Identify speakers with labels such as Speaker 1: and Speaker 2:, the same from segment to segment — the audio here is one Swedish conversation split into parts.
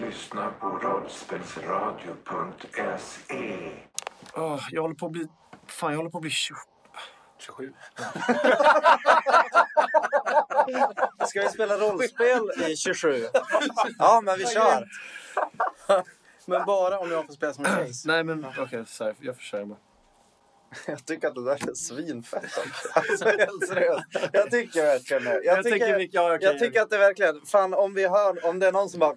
Speaker 1: lyssnar på
Speaker 2: E.
Speaker 1: rollspelsradio.se.
Speaker 3: Åh, jag håller på att bli... Fan, jag håller på att bli 20.
Speaker 4: 27.
Speaker 5: Ska vi spela rollspel i 27? Ja, men vi kör. Men bara om jag får spela som en tjej.
Speaker 3: Nej, men okej, sorry, jag försöker mig.
Speaker 5: Jag tycker att det där är svinfett. också. Alltså, helt seriöst. Jag tycker verkligen det. Jag,
Speaker 3: Jag,
Speaker 5: tycker,
Speaker 3: tänker vilka... Ja, okej,
Speaker 5: jag tycker att det verkligen... Fan, om vi hör... Om det är någon som bara...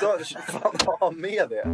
Speaker 5: Då, fan, ha med det.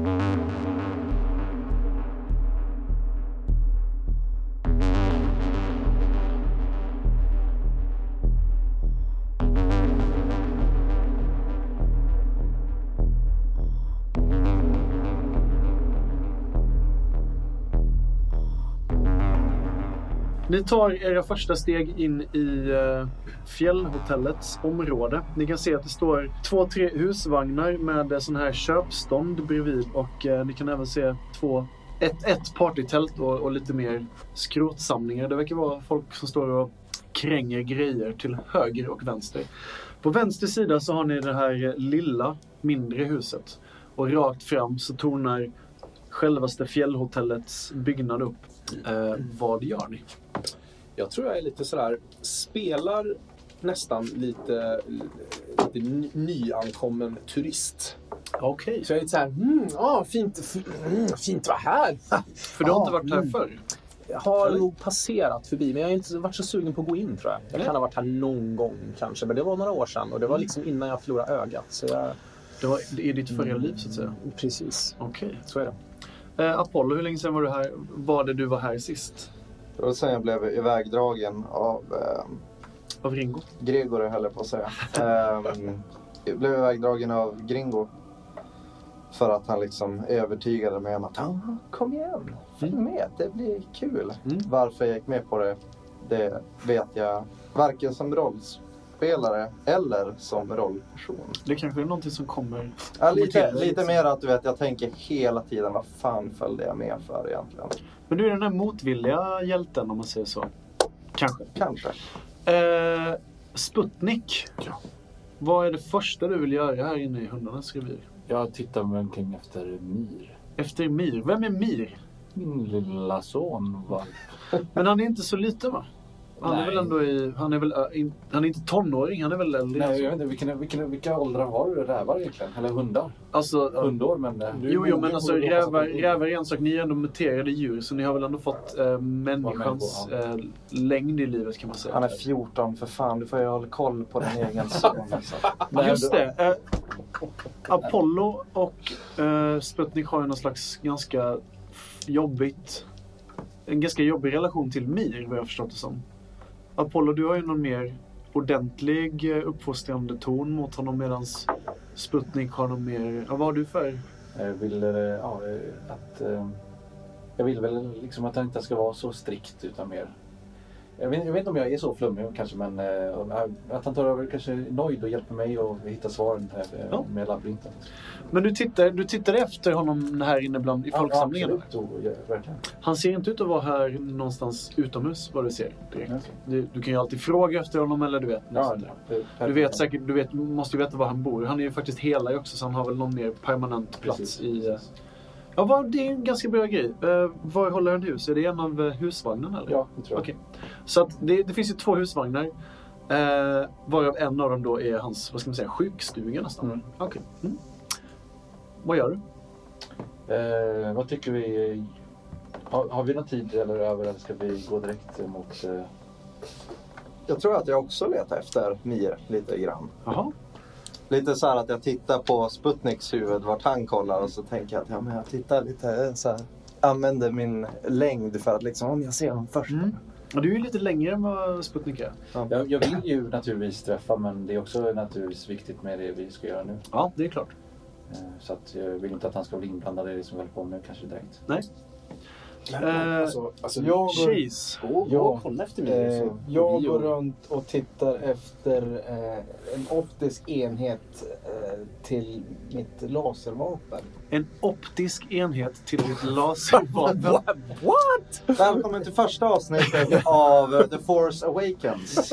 Speaker 6: Ni tar era första steg in i eh, fjällhotellets område. Ni kan se att det står två, tre husvagnar med eh, sån här köpstånd bredvid och eh, ni kan även se två, ett, ett partytält och, och lite mer skrotsamlingar. Det verkar vara folk som står och kränger grejer till höger och vänster. På vänster sida så har ni det här eh, lilla, mindre huset och rakt fram så tornar självaste fjällhotellets byggnad upp. Eh, vad gör ni?
Speaker 4: Jag tror jag är lite sådär, spelar nästan lite, lite ny- nyankommen turist.
Speaker 6: Okej.
Speaker 4: Så jag är lite såhär, mm, ah, fint, f- mm, fint var här.
Speaker 3: För du har inte
Speaker 4: Ja,
Speaker 3: varit här
Speaker 4: mm.
Speaker 3: förr?
Speaker 4: Jag har
Speaker 3: Eller?
Speaker 4: nog passerat förbi, men jag har inte varit så sugen på att gå in tror jag. Jag kan ha varit här någon gång kanske, men det var några år sedan och det var
Speaker 6: Mm.
Speaker 4: liksom innan jag förlorade ögat. Så jag,
Speaker 6: Det var i ditt förra liv så att säga?
Speaker 4: precis,
Speaker 6: Mm. Okej.
Speaker 4: så är det.
Speaker 6: Eh, Apollo, hur länge sedan var, du här, var det du var här sist?
Speaker 7: Det var sen jag blev ivägdragen av eh,
Speaker 6: Av Ringo?
Speaker 7: Gregor höll jag på att säga. Ehm, jag blev ivägdragen av Gringo. För att han liksom övertygade mig om att "Ja, kom igen, följ med, det blir kul.
Speaker 6: Mm.
Speaker 7: Varför jag gick med på det, det vet jag varken som rollspelare eller som rollperson.
Speaker 6: Det kanske är någonting som kommer...
Speaker 7: Ja,
Speaker 6: Kommer
Speaker 7: lite,
Speaker 6: till dig,
Speaker 7: lite
Speaker 6: liksom.
Speaker 7: mer att du vet, jag tänker hela tiden vad fan följde jag med för egentligen?
Speaker 6: Men du är den här motvilliga hjälten om man säger så. Kanske.
Speaker 7: Kanske.
Speaker 6: Eh, Sputnik. Vad är det första du vill göra här inne i hundarnas revir?
Speaker 8: Jag tittar mig omkring efter Mir.
Speaker 6: Efter Mir. Vem är Mir?
Speaker 8: Min lilla son var...
Speaker 6: Men han är inte så liten va? Han är
Speaker 8: Nej.
Speaker 6: väl ändå i... Han är väl... ö, in- Han är inte tonåring, han är väl äldre?
Speaker 8: Nej, jag vet inte. Vilken, vilken, vilka åldrar har du rävar egentligen? Eller hundar?
Speaker 6: Alltså, ö,
Speaker 8: Hundår, men... eh, du är
Speaker 6: Jo, jo, men
Speaker 8: mogen
Speaker 6: alltså
Speaker 8: och du hoppas att
Speaker 6: rävar,
Speaker 8: du-
Speaker 6: rävar är en sak. Ni är ändå muterade djur, så ni har väl ändå fått eh, människans
Speaker 8: människor,
Speaker 6: eh, längd i livet kan man säga.
Speaker 7: Han är 14 för fan, du får ju hålla koll på din egen son. Alltså.
Speaker 6: Ja, Just det. Eh, Apollo och eh, Sputnik har ju någon slags ganska jobbigt... En ganska jobbig relation till Mir, vad jag har förstått det som. Apollo, du har ju någon mer ordentlig eh, uppfostrande ton mot honom medan Sputnik har någon mer... Ja, vad har du för...
Speaker 8: Jag vill, eh, ja, eh, att, eh, jag vill väl liksom att han inte ska vara så strikt utan mer... Jag vet, jag vet inte om jag är så flummig kanske men eh, om jag- att han tar över kanske Noid och hjälper mig att hitta svaren eh,
Speaker 6: Ja.
Speaker 8: med labyrinten.
Speaker 6: Men du tittar, du tittar efter honom här inne bland, i folksamlingen?
Speaker 8: Ja, absolut. Och, ja, verkligen.
Speaker 6: Han ser inte ut att vara här någonstans utomhus, vad du ser direkt.
Speaker 8: Ja,
Speaker 6: Du, du kan ju alltid fråga efter honom eller du vet. Liksom.
Speaker 8: Ja,
Speaker 6: Du vet säkert, du vet, måste ju veta var han bor. Han är ju faktiskt helare också så han har väl någon mer permanent plats
Speaker 8: Precis,
Speaker 6: i... eh, Ja, vad- det är ju en ganska bra grej. Eh, var håller han hus? Är det en av eh, husvagnarna? Eller?
Speaker 8: Ja, det tror jag.
Speaker 6: Okej. Så att det, det finns ju två husvagnar. Eh, varav en av dem då är hans, vad ska man säga, sjukstuga nästan.
Speaker 8: Mm.
Speaker 6: Okej. Mm. Vad gör du?
Speaker 8: Eh, vad tycker vi? Har, har vi någon tid eller över eller ska vi gå direkt eh, mot... Eh,
Speaker 7: Jag tror att jag också letar efter Mir lite grann.
Speaker 6: Jaha.
Speaker 7: Lite så här att jag tittar på Sputniks huvud, vart han kollar och så tänker jag att ja, men jag tittar lite så här. Använder min längd för att liksom, om jag ser honom först.
Speaker 6: Mm. Ja, du är ju lite längre än vad Sputnik är.
Speaker 8: jag, jag vill ju naturligtvis träffa men det är också naturligtvis viktigt med det vi ska göra nu.
Speaker 6: Ja, det är klart.
Speaker 8: Eh, så att jag vill inte att han ska bli inblandad i det som vi håller på med kanske direkt.
Speaker 6: Nej. Eh,
Speaker 1: alltså, alltså,
Speaker 9: jag går-
Speaker 6: Cheese.
Speaker 1: gå, gå
Speaker 9: Ja.
Speaker 1: och kolla efter mig.
Speaker 9: Eh,
Speaker 1: så-
Speaker 9: jag
Speaker 1: vi
Speaker 9: går
Speaker 1: och-
Speaker 9: runt och tittar efter eh, en optisk enhet eh, till mitt laservapen.
Speaker 6: En optisk enhet till ditt laservapen.
Speaker 7: Välkommen till första avsnittet av eh, The Force Awakens.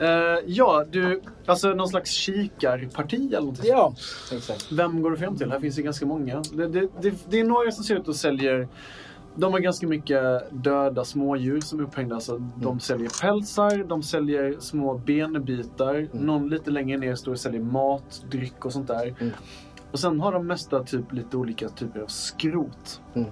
Speaker 6: Eh, ja, du... Alltså någon slags kikarparti eller någonting.
Speaker 9: Ja, exakt.
Speaker 6: Vem går du fram till? Här finns det ganska många. Det, det, det, det är några som ser ut och säljer... De har ganska mycket döda smådjur som är upphängda. Så
Speaker 7: Mm.
Speaker 6: de säljer pälsar, de säljer små benbitar.
Speaker 7: Mm.
Speaker 6: Någon lite längre ner står och säljer mat, dryck och sånt där.
Speaker 7: Mm.
Speaker 6: Och sen har de mesta typ lite olika typer av skrot.
Speaker 7: Mm.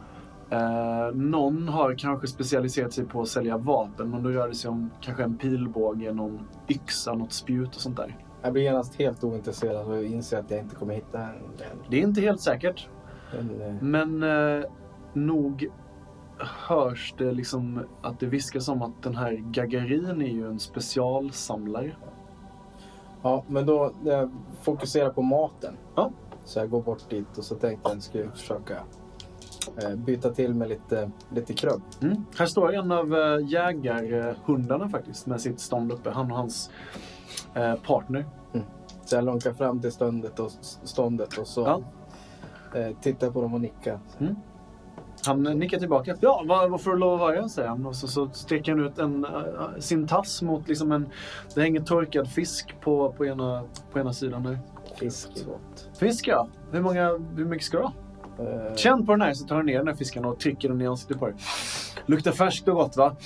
Speaker 6: Eh, någon har kanske specialiserat sig på att sälja vapen. Men då rör det sig om kanske en pilbåge, någon yxa, något spjut och sånt där.
Speaker 9: Jag blir genast helt ointresserad och inser att jag inte kommer hitta en,
Speaker 6: Det är inte helt säkert.
Speaker 9: en, en eh,
Speaker 6: Men eh, nog hörs det liksom att det viskas om att den här Gagarin är ju en specialsamlare.
Speaker 9: Ja, men då jag fokuserar på maten.
Speaker 6: Ja.
Speaker 9: Så jag går bort dit och så tänkte jag skulle försöka eh, byta till med lite, lite krubb.
Speaker 6: Mm. Här står en av eh, jägarhundarna faktiskt med sitt stånd uppe. Han och hans eh, partner.
Speaker 9: Så jag lunkar fram till ståndet och, ståndet och så
Speaker 6: Ja.
Speaker 9: eh, tittar jag på dem och nickar.
Speaker 6: Han eh, nickar tillbaka. Ja, vad, vad får du lov att vara, säger han. Och så, så sträcker han ut en, eh, sin tass mot liksom en... Det hänger torkad fisk på, på, ena, på ena sidan där.
Speaker 9: Fisk är gott.
Speaker 6: Fisk ja. Hur, många, hur mycket ska du ha?
Speaker 9: Eh,
Speaker 6: Känn på den här så tar du ner den här fisken och trycker den i ansiktet på dig. Luktar färskt och gott va?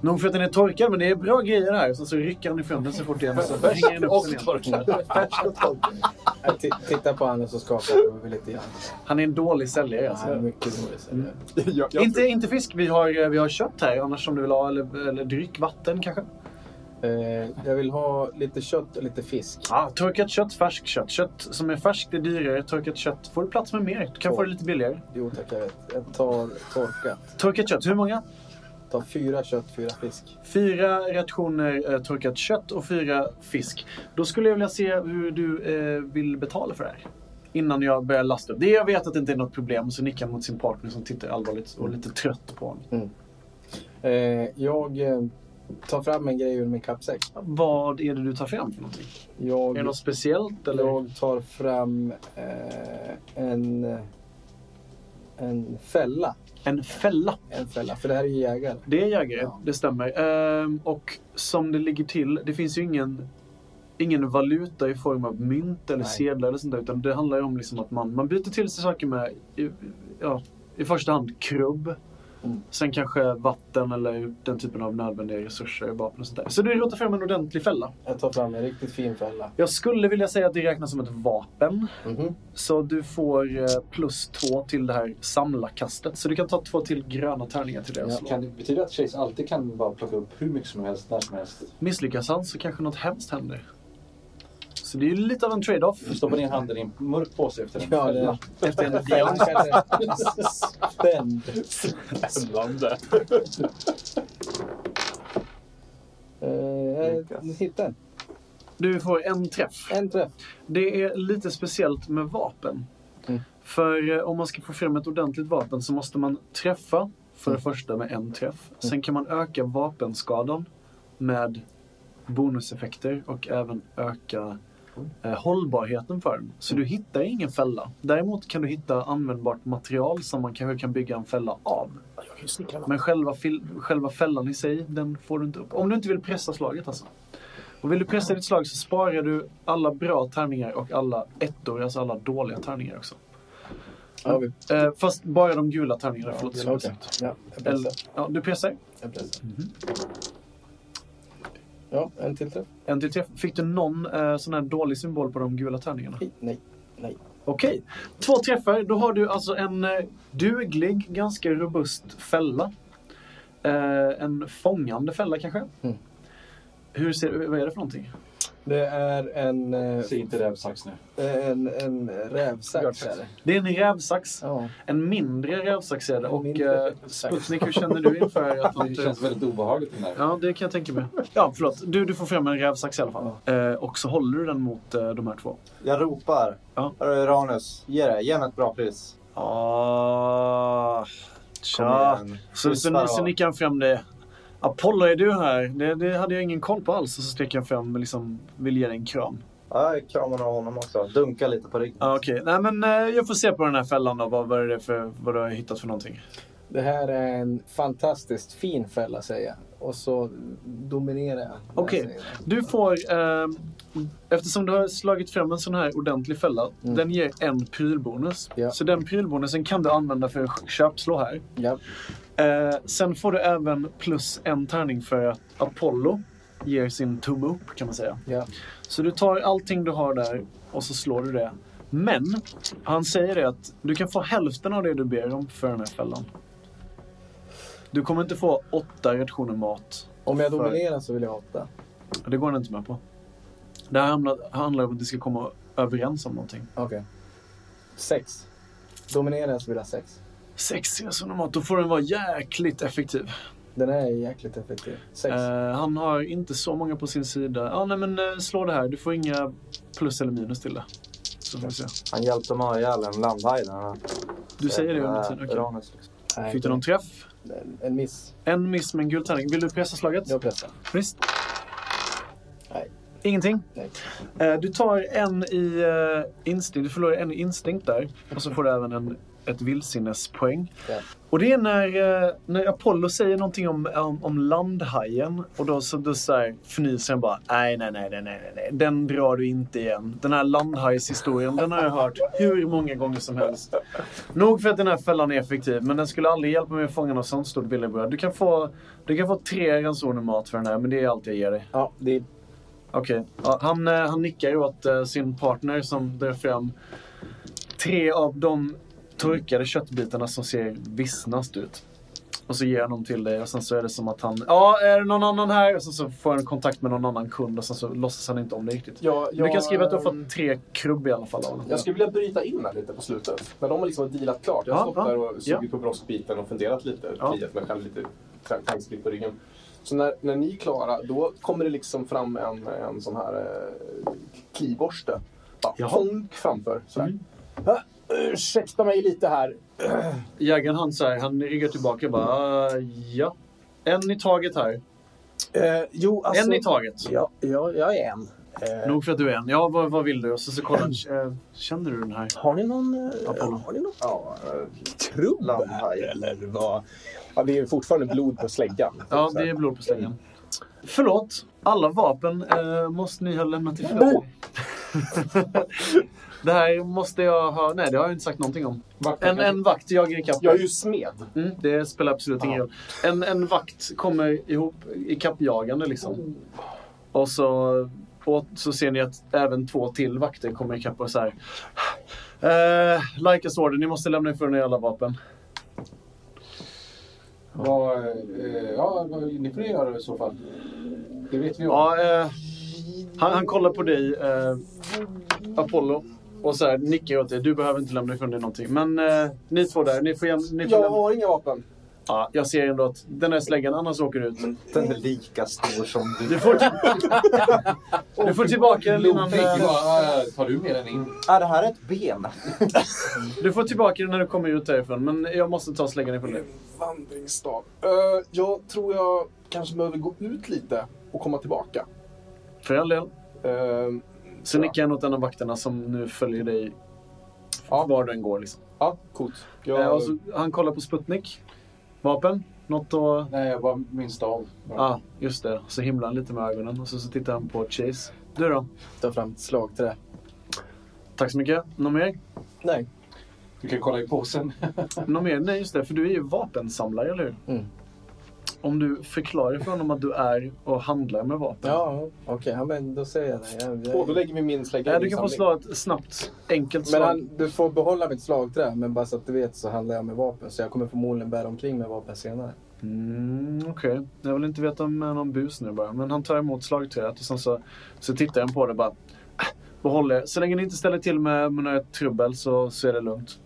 Speaker 6: Nog för att den är torkad men det är bra grejer här. Sen så rycker han ifrån den så fort igen och så hänger den upp den igen.
Speaker 9: Färskt och torrt. Jag ti- tittar på honom och så skakar jag på huvudet lite grann.
Speaker 6: Han är en dålig säljare alltså.
Speaker 9: Nej, mycket dåligt. Mm.
Speaker 1: jag, jag,
Speaker 6: Inte, inte fisk, vi har, eh, vi har kött här annars om du vill ha eller, eller dryck, vatten kanske?
Speaker 9: Eh, jag vill ha lite kött och lite fisk.
Speaker 6: Ah, torkat kött, färskt kött. Kött som är färskt är dyrare, torkat kött får du plats med mer. Du kan få det lite billigare.
Speaker 9: Jo tack, jag vet. Jag tar torkat.
Speaker 6: Torkat kött, hur många?
Speaker 9: Ta fyra kött, fyra fisk.
Speaker 6: Fyra rationer eh, torkat kött och fyra fisk. Då skulle jag vilja se hur du eh, vill betala för det här. Innan jag börjar lasta upp. Det jag vet att det inte är något problem. Så nickar han mot sin partner som tittar allvarligt och lite trött på honom.
Speaker 9: Eh, jag eh, tar fram en grej ur min kappsäck.
Speaker 6: Vad är det du tar fram för någonting? Är
Speaker 9: Jag,
Speaker 6: det något speciellt eller?
Speaker 9: jag tar fram eh, en, eh, en fälla.
Speaker 6: En fälla.
Speaker 9: En fälla, för det här är ju jägare.
Speaker 6: Det är jägare,
Speaker 9: Ja.
Speaker 6: det stämmer. Ehm, och som det ligger till, det finns ju ingen, ingen valuta i form av mynt eller
Speaker 9: Nej.
Speaker 6: sedlar eller sånt där, utan det handlar ju om liksom att man, man byter till sig saker med i, ja, i första hand krubb,
Speaker 9: Mm.
Speaker 6: sen kanske vatten eller den typen av nödvändiga resurser, vapen och sånt där. Så du rotar fram en ordentlig fälla.
Speaker 9: Jag tar fram en riktigt fin fälla.
Speaker 6: Jag skulle vilja säga att det räknas som ett vapen,
Speaker 9: Mhm.
Speaker 6: så du får eh, plus två till det här samlarkastet. Så du kan ta två till gröna tärningar till det och slå.
Speaker 8: Kan det betyda att Chase alltid kan bara plocka upp hur mycket som helst när som helst?
Speaker 6: Misslyckas han så kanske något hemskt händer. Så det är ju lite av en trade-off.
Speaker 8: Stoppa ner handen i en mörk påse efter en
Speaker 9: Ja,
Speaker 8: fälla.
Speaker 9: det
Speaker 6: Efter en
Speaker 9: fällan kanske spänd.
Speaker 1: Spännande.
Speaker 9: Eh, jag hittar en.
Speaker 6: Du får en träff.
Speaker 9: En träff.
Speaker 6: Det är lite speciellt med vapen.
Speaker 1: Mm.
Speaker 6: För eh, om man ska få fram ett ordentligt vapen så måste man träffa för
Speaker 1: Mm.
Speaker 6: det första med en träff. Sen kan man öka vapenskadan med bonuseffekter och även öka
Speaker 1: Mm.
Speaker 6: eh, hållbarheten för den. Så du hittar ingen fälla. Däremot kan du hitta användbart material som man kanske kan bygga en fälla av.
Speaker 1: Jag kan ju snickra
Speaker 6: Men själva, fil- själva fällan i sig, den får du inte upp. Om du inte vill pressa slaget alltså. Och vill du pressa ditt slag så sparar du alla bra tärningar och alla ettor, alltså alla dåliga tärningar också.
Speaker 9: Ja, vi,
Speaker 6: Eh, fast bara de gula tärningarna, förlåt. som jag
Speaker 9: okej.
Speaker 6: sagt.
Speaker 9: ja, jag
Speaker 6: Eller,
Speaker 9: pressar.
Speaker 6: ja, du pressar.
Speaker 9: Jag pressar.
Speaker 6: Mhm.
Speaker 9: Ja, en till träff.
Speaker 6: En till tre. Fick du någon eh, sån här dålig symbol på de gula tärningarna?
Speaker 9: Nej.
Speaker 6: Okej. Två träffar. Då har du alltså en eh, duglig, ganska robust fälla. Eh, en fångande fälla kanske.
Speaker 9: Mm.
Speaker 6: Hur ser, vad är det för någonting?
Speaker 9: Det är en, eh,
Speaker 8: Se inte rävsax nu.
Speaker 9: en, en rävsax. är det.
Speaker 6: Det är en rävsax.
Speaker 9: Ja.
Speaker 6: En mindre rävsax är det. Och
Speaker 9: mindre
Speaker 6: eh, Sputnik, hur känner du inför att han
Speaker 8: Det känns väldigt obehagligt den här.
Speaker 6: Ja, det kan jag tänka mig. Ja, förlåt. Du, du får fram en rävsax i alla fall. Eh, och så håller du den mot eh, de här två.
Speaker 7: Jag ropar.
Speaker 6: Ja.
Speaker 7: Hörru, Ranus, ge det. Ge henne ett bra pris.
Speaker 6: Ah, Tja!
Speaker 7: igen.
Speaker 6: Så, så, så, så nickar han fram det. Apollo, är du här? Det, det hade jag ingen koll på alls. Och så sträcker han fram och liksom, vill ge dig en kram.
Speaker 7: Ja, jag kramar av honom också. Dunkar lite på ryggen.
Speaker 6: Ja, Okej, Nej, men eh, jag får se på den här fällan då. Vad, vad är det för, vad du har hittat för någonting?
Speaker 9: Det här är en fantastiskt fin fälla säger jag. Och så dominerar jag.
Speaker 6: Okej.
Speaker 9: Jag säger det.
Speaker 6: Du får, eh, eftersom du har slagit fram en sån här ordentlig fälla,
Speaker 9: Mm.
Speaker 6: den ger en prylbonus.
Speaker 9: Ja.
Speaker 6: Så den prylbonusen kan du använda för att köpslå här.
Speaker 9: Ja.
Speaker 6: Eh, sen får du även plus en tärning för att Apollo ger sin tumme upp kan man säga.
Speaker 9: Ja.
Speaker 6: Så du tar allting du har där och så slår du det. Men han säger det att du kan få hälften av det du ber om för den här fällan. Du kommer inte få åtta rationer mat.
Speaker 9: Om jag dominerar så vill jag åtta.
Speaker 6: Det går han inte med på. Det här handlar- handlar om att ni ska komma överens om någonting.
Speaker 9: Okej. Sex. Dominerar jag så vill jag sex.
Speaker 6: Sex rationer mat, då får den vara jäkligt effektiv.
Speaker 9: Den här är jäkligt effektiv. Sex.
Speaker 6: Eh, han har inte så många på sin sida. Ja, nej, men eh, slå det här. Du får inga plus eller minus till det. Så får vi se.
Speaker 7: Han hjälpte mig ha ihjäl en landhaj. den här.
Speaker 6: Du säger det under
Speaker 7: Eh,
Speaker 6: tiden. okej.
Speaker 7: Uranus, liksom.
Speaker 9: Nej,
Speaker 6: Fick du någon träff?
Speaker 9: en, en miss.
Speaker 6: En miss med en gul tärning. Vill du pressa slaget?
Speaker 9: Jag pressar.
Speaker 6: Visst.
Speaker 9: Nej.
Speaker 6: Ingenting?
Speaker 9: Nej.
Speaker 6: Eh, du tar en i eh, instinkt. Du förlorar en i instinkt där. Och så får du även en, ett vildsinnespoäng.
Speaker 9: Ja.
Speaker 6: Och det är när, eh, när Apollo säger någonting om, om, om landhajen. Och då, så, då så här, fnyser han bara. Nej, nej, nej, nej, nej, nej, nej. Den drar du inte igen. Den här landhajshistorien, den har jag hört hur många gånger som helst. Nog för att den här fällan är effektiv, men den skulle aldrig hjälpa mig att fånga något sånt stort billigbröd. Du kan få, du kan få tre ransoner mat för den här, men det är allt jag ger dig.
Speaker 9: Ja, det är...
Speaker 6: Okej. Ja, han, eh, han nickar ju åt eh, sin partner som drar fram tre av de torkade köttbitarna som ser vissnast ut. Och så ger han dem till dig och sen så är det som att han... Ja, är det någon annan här? Och sen så får han kontakt med någon annan kund och sen så låtsas han inte om det riktigt.
Speaker 4: Jag,
Speaker 6: Du kan skriva att du har
Speaker 4: ehm,
Speaker 6: fått tre krubb i alla fall av honom.
Speaker 4: Jag skulle vilja bryta in där lite på slutet. När de har liksom dealat klart. Jag
Speaker 6: Ja,
Speaker 4: har stått
Speaker 6: ja,
Speaker 4: där och sugit
Speaker 6: ja.
Speaker 4: på broskbiten och funderat lite.
Speaker 6: Ja.
Speaker 4: Kliat mig själv lite tra- tankskritt på ryggen. Så när, när ni är klara, då kommer det liksom fram en, en sån här eh, kliborste. Bara
Speaker 6: Jaha.
Speaker 4: fång framför. Sådär.
Speaker 6: Mm.
Speaker 4: Ah, ursäkta mig lite här.
Speaker 6: Jägaren han, så här, han ryggar tillbaka och bara "Ah, ja. En i taget här.
Speaker 9: Eh, jo, alltså...
Speaker 6: en i taget.
Speaker 9: Ja, ja, jag är en. Eh,
Speaker 6: Nog för att du är en. Ja, vad, vad vill du? Och så, så kollar han. "Eh, Känner du den här?
Speaker 9: Har ni någon... eh,
Speaker 6: Apollo.
Speaker 9: Har ni någon
Speaker 4: Ja, eh,
Speaker 9: trubb här?
Speaker 7: Landhaj.
Speaker 9: Eller vad?
Speaker 4: ja, det är ju fortfarande blod på släggan.
Speaker 6: Ja, det är blod på slängen. Förlåt, alla vapen eh, måste ni ha lämnat ifrån er. Det här måste jag ha... Nej, det har jag inte sagt någonting om. En, en vakt jagar ikapp
Speaker 4: Jag är ju smed.
Speaker 6: Mm, det spelar absolut ingen roll. En, en vakt kommer ihop ikappjagande liksom. Och så, och så ser ni att även två till vakter kommer ikapp och så här. Eh, like us order, ni måste lämna ifrån er alla vapen.
Speaker 8: Vad, eh, ja, vad, ni får ju göra det i så fall. Det vet vi ju om.
Speaker 6: Ja, eh, han, han kollar på dig, eh, Apollo. Och så här, nickar åt dig. Du behöver inte lämna ifrån dig någonting. Men eh, ni två där, ni får, jäm- ni får
Speaker 4: Jag
Speaker 6: lämna.
Speaker 4: har inga vapen.
Speaker 6: Ja, jag ser ändå att den här släggan annars åker ut.
Speaker 7: Den är lika stor som du.
Speaker 6: Du får,
Speaker 4: typ
Speaker 6: du får tillbaka den innan... eh,
Speaker 8: Ja, ja, Tar du med den in?
Speaker 7: Är det här är ett ben?
Speaker 6: Du får tillbaka den när du kommer ut därifrån, men jag måste ta och slänga den ifrån dig.
Speaker 4: Vandringsstav. Eh, jag tror jag kanske behöver gå ut lite och komma tillbaka.
Speaker 6: För all del.
Speaker 4: Eh,
Speaker 6: Så nickar jag åt en av vakterna som nu följer dig
Speaker 4: Ja.
Speaker 6: var du än går. Liksom.
Speaker 4: ja, coolt. Jag,
Speaker 6: Eh, och så, han kollar på Sputnik. Vapen? Något att...
Speaker 8: Nej, jag bara min stav.
Speaker 6: Ja, ah, just det. Så himlar han lite med ögonen och så, så tittar han på Chase. Du då?
Speaker 9: Ta fram ett slagträ.
Speaker 6: Tack så mycket. Någon mer?
Speaker 9: Nej.
Speaker 8: Du kan kolla i påsen.
Speaker 6: Någon mer? Nej, just det. För du är ju vapensamlare, eller hur?
Speaker 9: Mm.
Speaker 6: Om du förklarar för honom att du är och handlar med vapen.
Speaker 9: Ja, okej. Ja, men då säger jag det. Jag,
Speaker 4: Åh, då
Speaker 9: jag...
Speaker 4: lägger vi min slägga liksom
Speaker 6: Nej,
Speaker 4: i
Speaker 6: du kan få
Speaker 4: samling.
Speaker 6: slå ett snabbt, enkelt
Speaker 9: Men
Speaker 6: slag.
Speaker 9: han, du får behålla mitt slagträ, men bara så att du vet så handlar jag med vapen. Så jag kommer förmodligen bära omkring med vapen senare.
Speaker 6: Mm, Okej, jag vill inte veta om någon bus nu bara. Men han tar emot slagträet och sen så, så tittar han på det och bara. "Ah, Behåll det. Så länge ni inte ställer till med, med några trubbel så, så är det lugnt.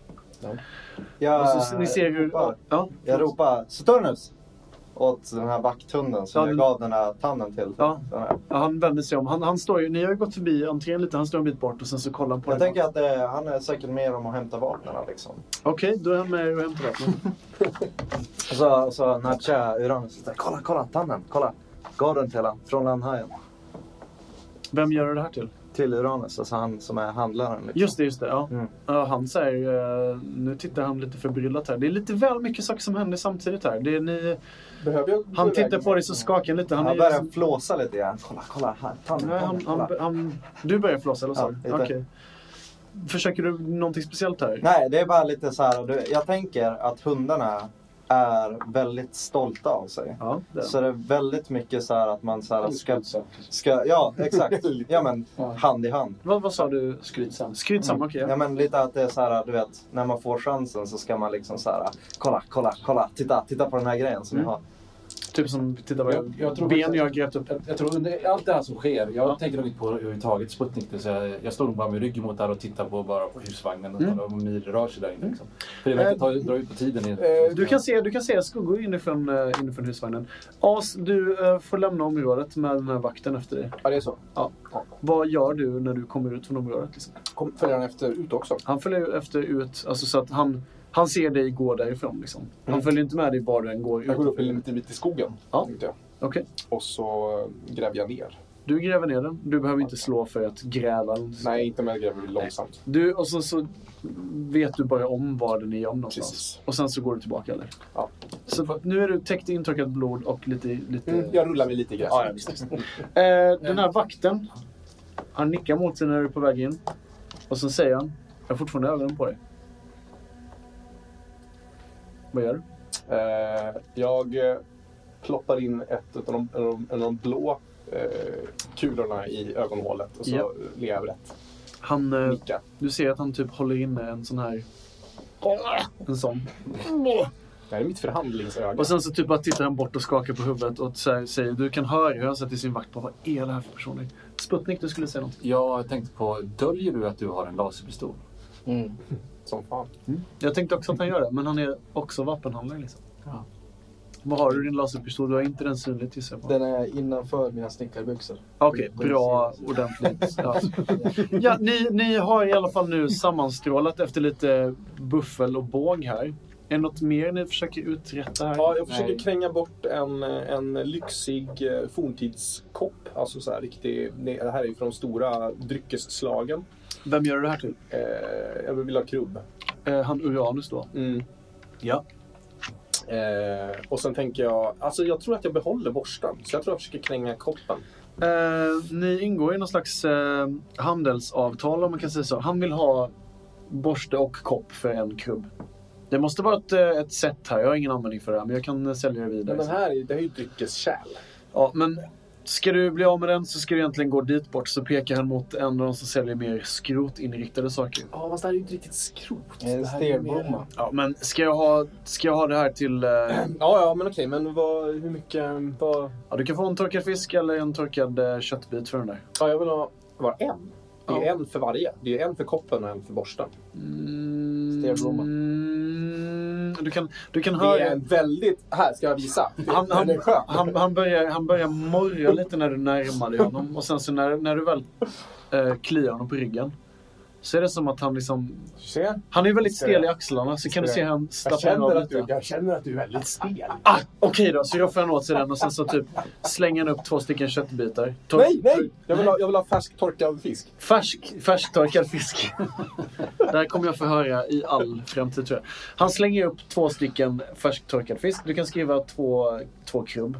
Speaker 7: Jag,
Speaker 6: Och så, så ni ser hur...
Speaker 7: Ah, ropar,
Speaker 6: Ja,
Speaker 7: jag ropar Saturnus! åt den här vakthunden som
Speaker 6: Ja, den-
Speaker 7: jag gav den här tanden till.
Speaker 6: Ja.
Speaker 7: Den här.
Speaker 6: Ja, han vänder sig om. Han, han står ju, ni har ju gått förbi entrén lite, han står en bit bort och sen så kollar han på
Speaker 7: Jag
Speaker 6: dig.
Speaker 7: tänker att eh, han är säkert med om att hämta vapnen. Liksom.
Speaker 6: Okej, då är han med er och hämtar vapnen.
Speaker 9: Och så, och så nudgar Uranus. och säger, Kolla, kolla, tanden, kolla. Gav den till han, från landhajen.
Speaker 6: Vem gör du det här till?
Speaker 9: Till Uranus, alltså han som är handlaren. Liksom.
Speaker 6: Just det, just det. Ja.
Speaker 9: Mm.
Speaker 6: Ja, han säger, eh, nu tittar han lite förbryllat här. Det är lite väl mycket saker som händer samtidigt här. Det är ni,
Speaker 4: Behöver jag
Speaker 6: han tittar på dig så skakar han lite. Han
Speaker 7: Han,
Speaker 6: är ju
Speaker 7: börjar
Speaker 6: liksom-
Speaker 7: flåsa lite grann. Kolla, kolla här. Tanden,
Speaker 6: Nej, han,
Speaker 7: tanden, kolla.
Speaker 6: han, han, du börjar flåsa, eller så?
Speaker 7: Ja, lite.
Speaker 6: Okej. Försöker du någonting speciellt här?
Speaker 7: Nej, det är bara lite så här. Du, jag tänker att hundarna är väldigt stolta av sig.
Speaker 6: Ja, det.
Speaker 7: Så det är väldigt mycket så här att man så här ska...
Speaker 8: Skrytsam.
Speaker 7: ska ja, exakt. Ja, men hand i hand.
Speaker 6: Vad, vad sa du?
Speaker 8: Skrytsam.
Speaker 6: Skrytsam, okej.
Speaker 7: Mm. Ja, men lite att det är så här, du vet, när man får chansen så ska man liksom så här, kolla, kolla, kolla, titta, titta på den här grejen som
Speaker 6: Mm.
Speaker 7: jag har.
Speaker 6: Typ som, titta vad jag,
Speaker 8: Jag- jag tror
Speaker 6: ben
Speaker 8: faktiskt-
Speaker 6: jag har grävt upp.
Speaker 8: Jag, jag tror under allt det här som sker, jag tänker nog inte på överhuvudtaget Sputnik. det vill säga, Jag står nog bara med ryggen mot där och tittar på, bara på husvagnen och
Speaker 6: Mm. Eh,
Speaker 8: kollar om Mir rör sig där inne. Liksom. För det verkar ta, dra ut på tiden. i-
Speaker 6: Du kan se, du kan se skuggor inifrån, eh, inifrån husvagnen. As, du eh, får lämna området med den här vakten efter dig.
Speaker 4: Ja, det är så.
Speaker 6: Vad gör du när du kommer ut från området? Liksom?
Speaker 4: Kom, följer han efter ut också?
Speaker 6: Han följer ju efter ut, alltså så att han, han ser dig gå därifrån. Liksom. Han följer inte med dig var du än går.
Speaker 4: Mm. Jag går upp en
Speaker 6: Okej.
Speaker 4: liten bit i skogen.
Speaker 6: Ja.
Speaker 4: tänkte Jag. Och så eh, gräver jag ner.
Speaker 6: Du gräver ner den. Du behöver inte slå för att gräva. eller något sånt.
Speaker 4: Nej, inte men jag gräver långsamt.
Speaker 6: Du, och så, så vet du bara om var den är gömd någonstans.
Speaker 4: Precis.
Speaker 6: Och sen så går du tillbaka eller?
Speaker 4: Ja.
Speaker 6: Så nu är du täckt i intorkat blod och lite... lite...
Speaker 4: Mm, jag rullar mig lite i gräset.
Speaker 6: Ja, ja, visst. Eh, den här vakten, han nickar mot dig när du är på väg in. Och sen säger han, jag har fortfarande ögonen på dig. Vad gör du?
Speaker 4: Eh, jag eh, ploppar in ett av de, en av de, en av de blå eh, kulorna i ögonhålet och så
Speaker 6: Ja.
Speaker 4: ler jag brett.
Speaker 6: Han, eh,
Speaker 4: Nickar.
Speaker 6: du ser att han typ håller inne en sån här... En sån.
Speaker 4: Det här är mitt förhandlingsöga.
Speaker 6: Och sen så typ bara tittar han bort och skakar på huvudet och säger, säger du kan höra hur han säger till sin vakt, vad är det här för personer? Sputnik, du skulle säga något.
Speaker 8: Jag tänkte på, döljer du att du har en laserpistol?
Speaker 9: Mm.
Speaker 4: Som fan.
Speaker 6: Jag tänkte också att han gör det, men han är också vapenhandlare. Liksom.
Speaker 8: Ja.
Speaker 6: Vad har du i din laserpistol? Du har inte den synligt gissar jag på.
Speaker 9: Den är innanför mina snickarbyxor.
Speaker 6: Okej, bra, ordentligt. Ja. Ja, ni, ni har i alla fall nu sammanstrålat efter lite buffel och båg här. Är det något mer ni försöker uträtta här?
Speaker 4: Ja, jag försöker
Speaker 8: Nej.
Speaker 4: kränga bort en, en lyxig eh, forntidskopp. Alltså så här riktig, det det här är ju från de stora dryckesslagen.
Speaker 6: Vem gör du det här till?
Speaker 4: Eh, jag vill ha krubb.
Speaker 6: Eh, han Uranus då?
Speaker 4: Mm.
Speaker 6: Ja.
Speaker 4: Eh, och sen tänker jag, alltså jag tror att jag behåller borstan. Så jag tror jag försöker kränga koppen.
Speaker 6: Eh, ni ingår i någon slags eh, handelsavtal om man kan säga så. Han vill ha borste och kopp för en kubb. Det måste vara ett, eh, ett sätt här. Jag har ingen användning för det här, men jag kan eh, sälja det vidare.
Speaker 4: Men den här, är- det här är ju dryckeskärl.
Speaker 6: Ja, men ska du bli av med den så ska du egentligen gå dit bort. Så pekar han mot en av de som säljer mer skrotinriktade saker.
Speaker 4: Ja, fast det här är ju inte riktigt skrot.
Speaker 9: En
Speaker 4: Det här är ju mer-
Speaker 9: stenblomma.
Speaker 6: Ja, men ska jag ha, ska jag ha det här till... Eh,
Speaker 4: Ja, ja, men okej. Men vad, hur mycket... Vad...
Speaker 6: ja, du kan få en torkad fisk eller en torkad eh, köttbit för den där.
Speaker 4: Ja, jag vill ha bara en. Det är
Speaker 6: Ja.
Speaker 4: en för varje. Det är en för koppen och en för borsten.
Speaker 6: Mm,
Speaker 9: Stenblomma.
Speaker 6: mm, du kan, du kan
Speaker 4: Det är
Speaker 6: höra...
Speaker 4: en väldigt... Här ska jag visa.
Speaker 6: Han, han,
Speaker 4: Den är skön.
Speaker 6: han, han, börjar, han börjar morra lite när du närmar dig honom och sen så när, när du väl eh, kliar honom på ryggen så är det som att han liksom...
Speaker 4: Se.
Speaker 6: Han är väldigt
Speaker 4: Ser
Speaker 6: stel i
Speaker 4: jag.
Speaker 6: axlarna så kan du
Speaker 4: Ser
Speaker 6: se
Speaker 4: jag.
Speaker 6: hur han
Speaker 4: Jag
Speaker 6: slappnar
Speaker 4: känner,
Speaker 6: av
Speaker 4: att du,
Speaker 6: lite.
Speaker 4: jag känner att du är väldigt stel.
Speaker 6: Ah, Okej då, så jag får han åt sig den och sen så typ slänger han upp två stycken köttbitar. Tor-
Speaker 4: Nej, nej! Jag vill ha, jag vill ha färsk torkad fisk.
Speaker 6: Färsk, färsktorkad fisk. Där kommer jag få höra i all framtid tror jag. Han slänger upp två stycken färsktorkad fisk. Du kan skriva två, två krubb.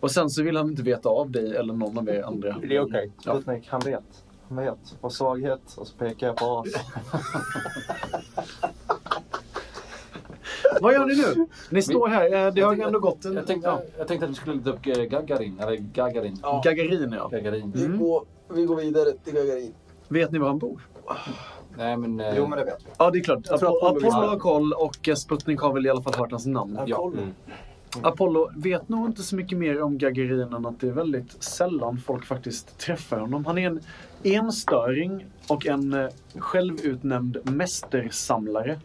Speaker 6: Och sen så vill han inte veta av dig eller någon av er andra.
Speaker 4: Det är okej.
Speaker 6: Ja.
Speaker 7: Sputnik, han vet. Han vet. Och svaghet. Och så pekar jag på as.
Speaker 6: Vad gör ni nu? Ni står här. eh, Det har ju ändå gått en...
Speaker 8: Jag tänkte,
Speaker 6: ja.
Speaker 8: jag tänkte att du skulle lyfta upp eh, Gagarin, eller Gagarin.
Speaker 6: Gagarin ja.
Speaker 8: Gagarin.
Speaker 6: Mm.
Speaker 9: går, vi går vidare till Gagarin.
Speaker 6: Vet ni var han bor?
Speaker 8: Nej, men... eh,
Speaker 7: Jo, men det vet vi.
Speaker 6: Ja, det är klart.
Speaker 9: tror
Speaker 6: Apollo,
Speaker 9: Apollo
Speaker 6: Apollo
Speaker 9: visste.
Speaker 6: har koll och eh, Sputnik har väl i alla fall hört hans namn.
Speaker 8: Ja.
Speaker 6: Apollo vet nog inte så mycket mer om Gagarin än att det är väldigt sällan folk faktiskt träffar honom. Han är en enstöring och en eh, självutnämnd mästersamlare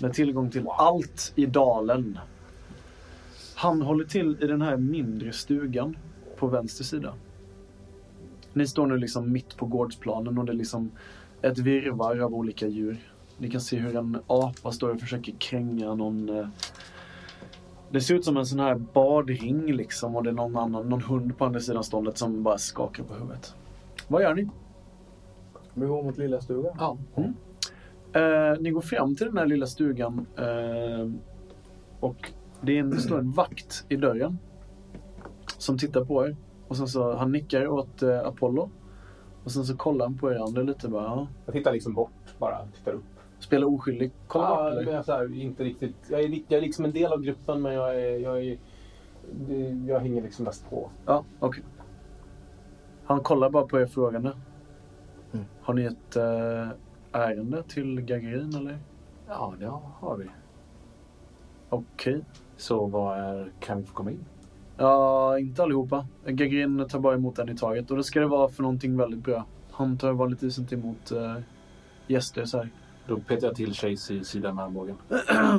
Speaker 6: med tillgång till allt i dalen. Han håller till i den här mindre stugan på vänster sida. Ni står nu liksom mitt på gårdsplanen och det är liksom ett virrvarr av olika djur. Ni kan se hur en apa står och försöker kränga någon... eh, Det ser ut som en sån här badring liksom och det är någon annan, någon hund på andra sidan ståndet som bara skakar på huvudet. Vad gör ni?
Speaker 9: Vi går mot lilla stugan.
Speaker 6: Ja. Mm. Eh, ni går fram till den här lilla stugan eh, och det är en, det står en vakt i dörren som tittar på er. Och sen så, han nickar åt eh, Apollo och sen så kollar han på er andra lite bara. Ja.
Speaker 4: Jag tittar liksom bort bara. Tittar upp.
Speaker 6: Spelar oskyldig. Kolla
Speaker 4: Ja,
Speaker 6: bort eller?
Speaker 4: men jag, så här, inte riktigt. Jag, är, li- jag är liksom en del av gruppen men jag, är, jag, är, jag hänger liksom mest på.
Speaker 6: Ja, okej. Han kollar bara på er frågande.
Speaker 4: Mm.
Speaker 6: Har ni ett eh, ärende till Gagarin eller?
Speaker 8: Ja, det har vi.
Speaker 6: Okej.
Speaker 8: Så vad är, kan vi få komma in?
Speaker 6: Ja, inte allihopa. Gagarin tar bara emot en i taget och det ska det vara för någonting väldigt bra. Han tar vanligtvis inte emot eh, gäster så här.
Speaker 8: Då petar jag till Chase i sidan med armbågen.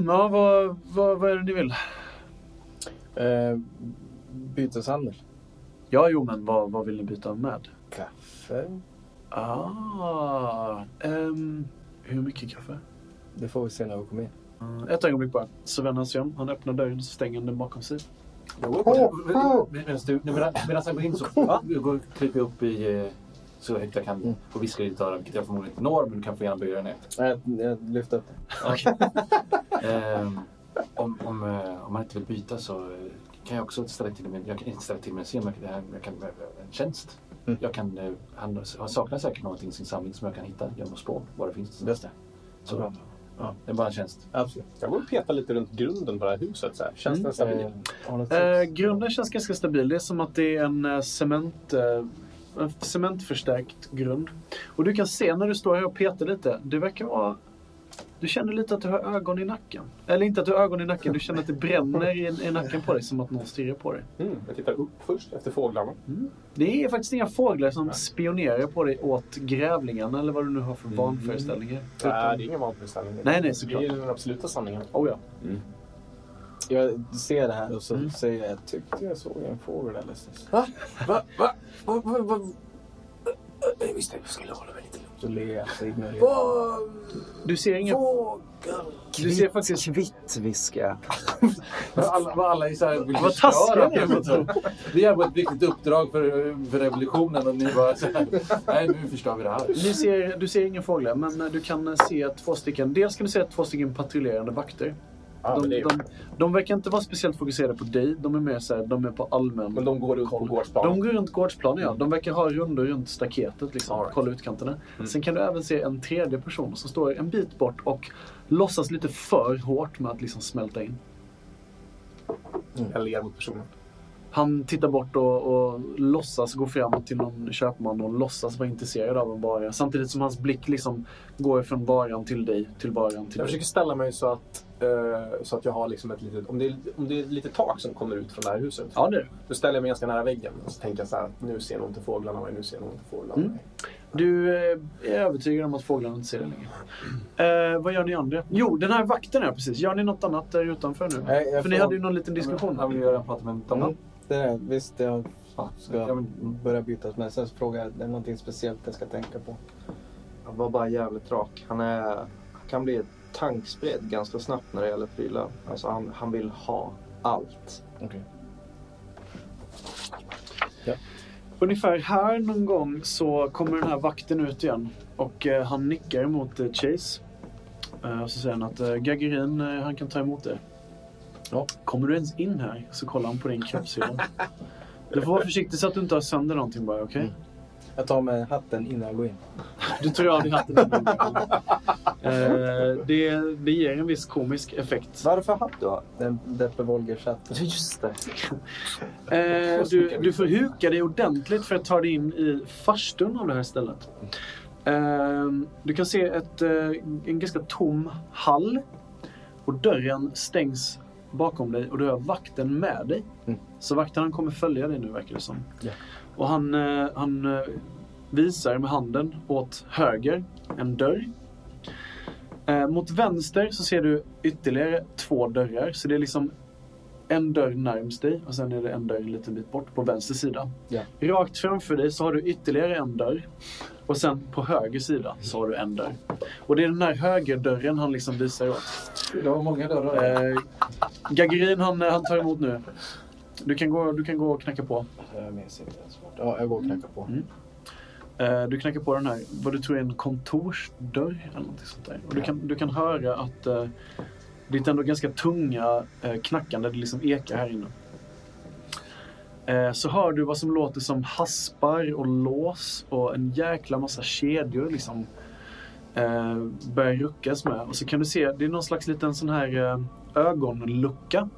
Speaker 6: ja, vad, vad, vad är det ni vill?
Speaker 9: Eh, byteshandel.
Speaker 6: Ja, jo, men vad, vad vill ni byta med?
Speaker 9: Kaffe.
Speaker 6: Ah, ehm, hur mycket kaffe?
Speaker 9: Det får vi se när vi kommer in.
Speaker 6: Mm, ett ögonblick bara. Så vänder han sig om. Han öppnar dörren och stänger den bakom sig.
Speaker 8: Medan du, nej, medan, medan jag går in så va? Jag går, kryper jag upp i, eh, så högt jag kan och viskar i ditt öra, vilket jag förmodligen inte når, men du kan få gärna böja dig ner.
Speaker 9: Jag, jag lyfter upp den.
Speaker 8: Ehm, om, om, eh, om man inte vill byta så eh, kan jag också ställa till med, jag kan inte ställa till med en scen, men jag kan- jag kan eh, en tjänst. Jag kan, eh, han, han saknar säkert någonting i sin samling som jag kan hitta genom att spå var det finns.
Speaker 9: Just
Speaker 8: det. Så, ja, det är bara en tjänst.
Speaker 9: Absolut.
Speaker 4: Jag går och petar lite runt grunden på det här huset. Så här. Känns
Speaker 9: Mm.
Speaker 4: den stabil?
Speaker 8: Eh,
Speaker 9: Har något
Speaker 6: Eh,
Speaker 9: tips?
Speaker 6: grunden känns ganska stabil. Det är som att det är en eh, cement, eh, en cementförstärkt grund. Och du kan se när du står här och petar lite. Det verkar vara... Du känner lite att du har ögon i nacken. Eller inte att du har ögon i nacken. Du känner att det bränner i, i nacken på dig. Som att någon stirrar på dig.
Speaker 4: Mm, jag tittar upp först efter fåglarna.
Speaker 6: Det är faktiskt inga fåglar som spionerar på dig åt grävlingarna. Eller vad du nu har för vanföreställningar.
Speaker 4: Nej, det är ingen vanföreställning.
Speaker 6: Nej, nej,
Speaker 4: Det är
Speaker 6: såklart.
Speaker 4: ju den absoluta sanningen.
Speaker 6: Oh, ja.
Speaker 9: Jag ser det här och så
Speaker 6: Mm.
Speaker 9: säger jag tyckte jag såg en fågel alldeles nyss.
Speaker 4: Va? Va? Va? Va? Va? Jag visste att jag skulle hålla mig lite lugnt.
Speaker 9: Så ler jag. Så ignorerar jag.
Speaker 4: Vad?
Speaker 6: Du ser inga... Du ser faktiskt...
Speaker 5: Kvitt, viskar jag.
Speaker 8: Alla, vad alla är så här, vill
Speaker 6: Vad
Speaker 8: förstöra
Speaker 6: taskiga ni är.
Speaker 8: Pluto. Vi har ett viktigt uppdrag för, för revolutionen och ni bara så här, nej nu förstör vi det här.
Speaker 6: Du ser, du ser ingen fåglar, men eh, du kan eh, se två stycken. Dels kan du se två stycken patrullerande vakter.
Speaker 4: Ja,
Speaker 6: de,
Speaker 4: men, det är,
Speaker 6: de, de verkar inte vara speciellt fokuserade på dig. De är mer så här, de är på allmän...
Speaker 4: men de går runt på
Speaker 6: De
Speaker 4: gårdsplanen.
Speaker 6: går runt gårdsplanen, ja. De verkar ha rundor runt staketet, liksom. Kolla utkanterna.
Speaker 4: Mm.
Speaker 6: Sen kan du även se en tredje person som står en bit bort och låtsas lite för hårt med att liksom smälta in.
Speaker 4: Mm. Jag ler mot personen.
Speaker 6: Han tittar bort och, och låtsas gå fram till någon köpman och låtsas vara intresserad av en vara. Samtidigt som hans blick liksom går från varan till dig, till varan till
Speaker 4: Jag
Speaker 6: dig.
Speaker 4: försöker ställa mig så att, eh, så att jag har liksom ett litet... Om det, är, om det är lite tak som kommer ut från det här huset.
Speaker 6: Ja, det är det.
Speaker 4: Då ställer jag mig ganska nära väggen. Och så tänker jag så här, nu ser nog inte fåglarna mig, nu ser nog inte fåglarna
Speaker 6: Mm.
Speaker 4: mig.
Speaker 6: Du eh, är övertygad om att fåglarna inte ser dig längre. Eh, vad gör ni andra? Jo, den här vakten här precis. Gör ni något annat där utanför nu?
Speaker 9: Nej, jag
Speaker 6: För ni
Speaker 9: får-
Speaker 6: hade ju någon liten diskussion.
Speaker 8: Han vill göra en prata med en
Speaker 9: Mm.
Speaker 8: dam.
Speaker 9: Det är, visst, jag ska
Speaker 8: Ja, men-
Speaker 9: börja bytas men sen så frågar jag, är det någonting speciellt jag ska tänka på?
Speaker 7: Han var bara jävligt rak. Han, är, han kan bli tankspred ganska snabbt när det gäller prylar. Alltså han, han vill ha allt.
Speaker 6: Ungefär här någon gång så kommer den här vakten ut igen och eh, han nickar mot eh, Chase. Eh, och så säger han att eh, Gagarin, eh, han kan ta emot dig.
Speaker 9: Ja.
Speaker 6: Kommer du ens in här så kollar han på din kroppshydda. du får vara försiktig så att du inte har sönder någonting bara, okej?
Speaker 9: Jag tar med hatten innan jag går in.
Speaker 6: Du tror av dig hatten. eh, det, det ger en viss komisk effekt.
Speaker 7: Varför hatt du har?
Speaker 9: Den Deppe Wolgers hatt.
Speaker 7: Just det.
Speaker 6: Eh, du, du får huka dig ordentligt för att ta dig in i farstun av det här stället. Eh, du kan se ett, eh, en ganska tom hall och dörren stängs bakom dig och du har vakten med dig. Så vakten han kommer följa dig nu verkar det som. Och han, eh, han eh, visar med handen åt höger en dörr. Eh, mot vänster så ser du ytterligare två dörrar. Så det är liksom en dörr närmst dig och sen är det en dörr en liten bit bort på vänster sida.
Speaker 9: Ja.
Speaker 6: Rakt framför dig så har du ytterligare en dörr och sen på höger sida så har du en dörr. Och det är den här högerdörren han liksom visar åt.
Speaker 8: Det var många dörrar.
Speaker 6: Eh, Gagarin han, eh, han tar emot nu. Du kan gå, du kan gå och knacka på.
Speaker 7: Jag minns inte ens vart. Ja, jag går och knackar på.
Speaker 6: Eh, Du knackar på den här, vad du tror är en kontorsdörr eller någonting sånt där. Och du, kan, du kan höra att eh, det är ändå ganska tunga eh, knackande, det liksom ekar här inne. Eh, så hör du vad som låter som haspar och lås och en jäkla massa kedjor liksom eh, börjar ruckas med. Och så kan du se, det är någon slags liten sån här eh, ögonlucka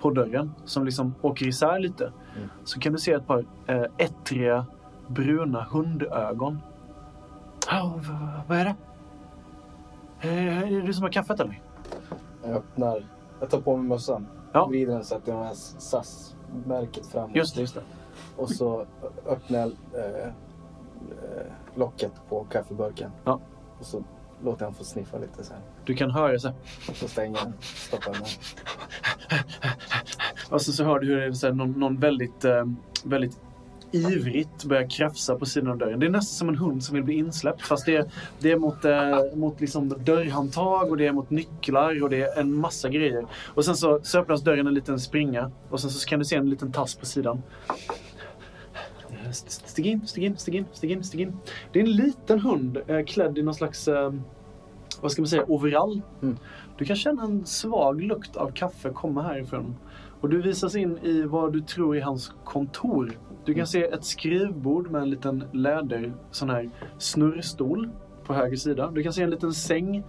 Speaker 6: på dörren som liksom åker isär lite. Så kan du se ett par eh, ettriga bruna hundögon. Oh, vad är det? Eh, Är det du som har kaffet eller?
Speaker 9: Jag öppnar. Jag tar på mig mössan.
Speaker 6: Ja.
Speaker 9: Vrider den så att jag har SAS-märket framåt.
Speaker 6: Just det, just det.
Speaker 9: Och så öppnar jag eh, eh, locket på kaffeburken.
Speaker 6: Ja.
Speaker 9: Och så låter jag han få sniffa lite sen.
Speaker 6: Du kan höra så här.
Speaker 9: Så stänger jag den. Stoppar den.
Speaker 6: Och sen så hör du hur det är så här, någon, någon väldigt, eh, väldigt ivrigt börjar krafsa på sidan av dörren. Det är nästan som en hund som vill bli insläppt. Fast det är, det är mot, eh, mot liksom dörrhandtag och det är mot nycklar och det är en massa grejer. Och sen så, så öppnas dörren en liten springa och sen så kan du se en liten tass på sidan. Eh, st- Stig in, stig in, stig in, stig in, stig in. Det är en liten hund eh, klädd i någon slags, eh, vad ska man säga, overall. Du kan känna en svag lukt av kaffe komma härifrån. Och du visas in i vad du tror är hans kontor. Du kan se ett skrivbord med en liten läder sån här snurrstol på höger sida. Du kan se en liten säng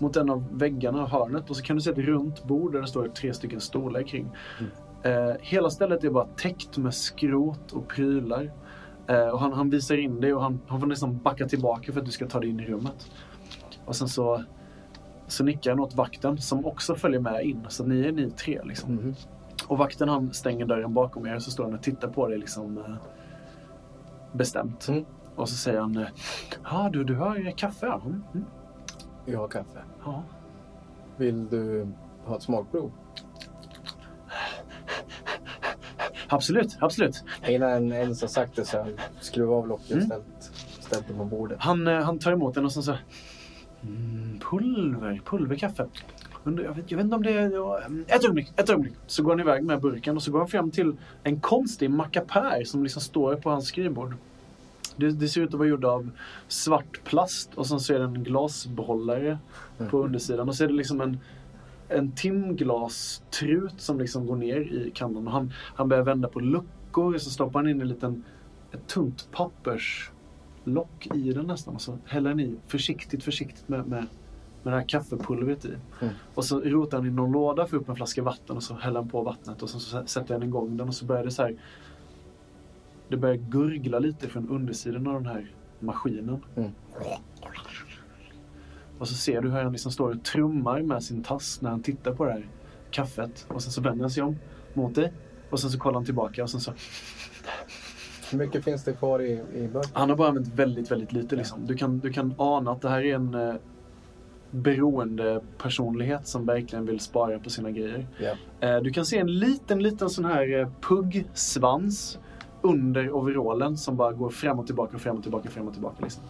Speaker 6: mot en av väggarna och hörnet och så kan du se ett runt bord där det står tre stycken stolar kring. Eh, hela stället är bara täckt med skrot och prylar. Eh, och han, han visar in dig och han, han får nästan backa tillbaka för att du ska ta dig in i rummet. Och sen så, så nickar han åt vakten som också följer med in. Så ni är ni tre liksom. Och vakten han stänger dörren bakom er och så står han och tittar på dig liksom eh, bestämt.
Speaker 9: Mm.
Speaker 6: Och så säger han, eh, ja du, du har ju kaffe ja. Mm, mm,
Speaker 9: Jag har kaffe.
Speaker 6: ja.
Speaker 9: Vill du ha ett smakprov?
Speaker 6: Absolut, absolut.
Speaker 9: Innan en ens har sagt det så har jag skruvat av locket och
Speaker 6: Mm.
Speaker 9: ställt, ställt det på bordet.
Speaker 6: Han, eh, han tar emot den och sen så, mm, pulver, pulverkaffe. Undrar- Jag vet, jag vet inte om det är... ja, mm, Ett ögonblick, ett ögonblick. Så går han iväg med burken och så går han fram till en konstig mackapär som liksom står på hans skrivbord. Det, det ser ut att vara gjord av svart plast och sen så är det en glasbehållare på undersidan. Och så är det liksom en, en timglastrut som liksom går ner i kanten. Och Han, han börjar vända på luckor och så stoppar han in en liten, ett tunt papperslock i den nästan. Och så häller han i försiktigt, försiktigt med, med, med det här kaffepulvret i. Och så rotar han i någon låda, får upp en flaska vatten och så häller han på vattnet och sen så s- sätter han igång den och så börjar det så här det börjar gurgla lite från undersidan av den här maskinen.
Speaker 9: Mm.
Speaker 6: Och så ser du hur han liksom står och trummar med sin tass när han tittar på det här kaffet. Och sen så vänder han sig om mot dig. Och sen så kollar han tillbaka och sen så...
Speaker 9: Hur mycket finns det kvar i, i burken?
Speaker 6: Han har bara använt väldigt, väldigt lite liksom. Du kan, du kan ana att det här är en eh, beroende personlighet som verkligen vill spara på sina grejer.
Speaker 9: Ja.
Speaker 6: Eh, du kan se en liten, liten sån här eh, puggsvans under overallen som bara går fram och tillbaka, fram och tillbaka, fram och tillbaka. Liksom.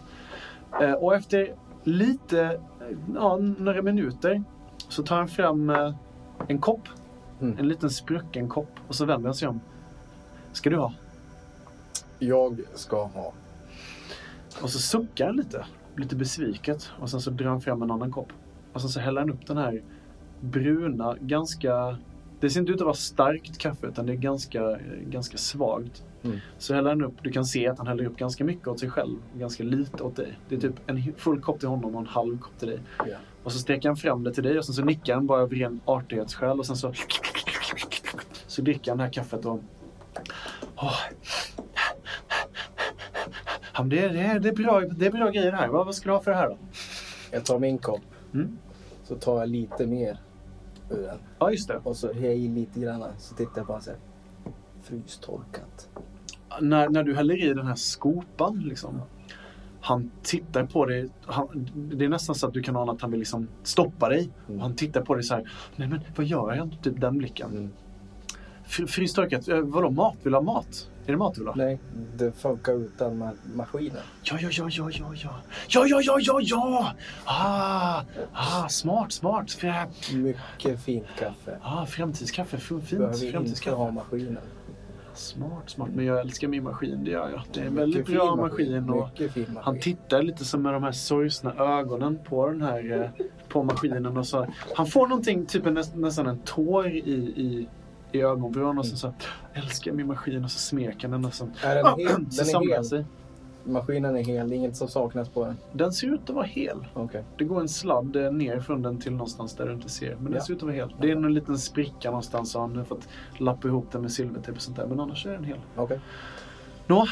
Speaker 6: Eh, och efter lite, eh, ja, några minuter så tar han fram eh, en kopp.
Speaker 9: Mm.
Speaker 6: En liten sprucken kopp och så vänder han sig om. Ska du ha?
Speaker 9: Jag ska ha.
Speaker 6: Och så suckar han lite, lite besviket. Och sen så drar han fram en annan kopp. Och sen så häller han upp den här bruna, ganska... Det ser inte ut att vara starkt kaffe, utan det är ganska, eh, ganska svagt.
Speaker 9: Mm.
Speaker 6: Så häller han upp, du kan se att han häller upp ganska mycket åt sig själv och ganska lite åt dig. Det är typ en he- full kopp till honom och en halv kopp till dig.
Speaker 9: Ja.
Speaker 6: Och så steker han fram det till dig och sen så nickar han bara av ren artighetsskäl och sen så... Så dricker han det här kaffet och... Åh, Ja, men det, det, det, är bra, det är bra grejer det här. Vad, vad ska du ha för det här då?
Speaker 9: Jag tar min kopp.
Speaker 6: Mm.
Speaker 9: Så tar jag lite mer ur den.
Speaker 6: Ja, just det.
Speaker 9: Och så häller jag i lite grann. Så tittar jag på honom så här. Frystorkat.
Speaker 6: När, när du häller i den här skopan, liksom. Han tittar på dig. Han, det är nästan så att du kan ana att
Speaker 9: Mm. Mm.
Speaker 6: han vill liksom stoppa dig. Och han tittar på dig så här. Nej, men vad gör han? Typ den blicken. Fr- Frystorkat? Eh, vadå, mat? Vill du ha mat? Är det mat du vill ha?
Speaker 9: Nej, det funkar utan ma- maskinen.
Speaker 6: Ja, ja, ja, ja, ja, ja. Ja, ja, ja, ja, ja! Ah, ah smart, smart. Frä,
Speaker 9: Mycket fint kaffe.
Speaker 6: ah, framtidskaffe. f- Fint
Speaker 9: Behöver inte ha
Speaker 6: framtidskaffe.
Speaker 9: maskinen.
Speaker 6: Smart, smart. Men jag älskar min maskin, det gör jag. Det är en väldigt bra maskin. Och
Speaker 9: Mycket fin maskin.
Speaker 6: han tittar lite som med de här sorgsna ögonen på den här eh, på maskinen. Och så, han får någonting, typ en, näst- nästan en tår i, i, i ögonvrån och så, så älskar min maskin och så smeker han den och så,
Speaker 9: är den
Speaker 6: ah,
Speaker 9: hel, den
Speaker 6: så
Speaker 9: är
Speaker 6: samlar han
Speaker 9: hel.
Speaker 6: sig.
Speaker 9: Maskinen är hel, det är inget som saknas på den.
Speaker 6: Den ser ut att vara hel.
Speaker 9: Okej.
Speaker 6: Det går en sladd eh, ner från den till någonstans där du inte ser. Men den
Speaker 9: Ja.
Speaker 6: ser ut att vara hel. Det är en liten spricka någonstans så han har fått lappa ihop den med silvertejp och sånt där. Men annars är den hel.
Speaker 9: Okej.
Speaker 6: Nå,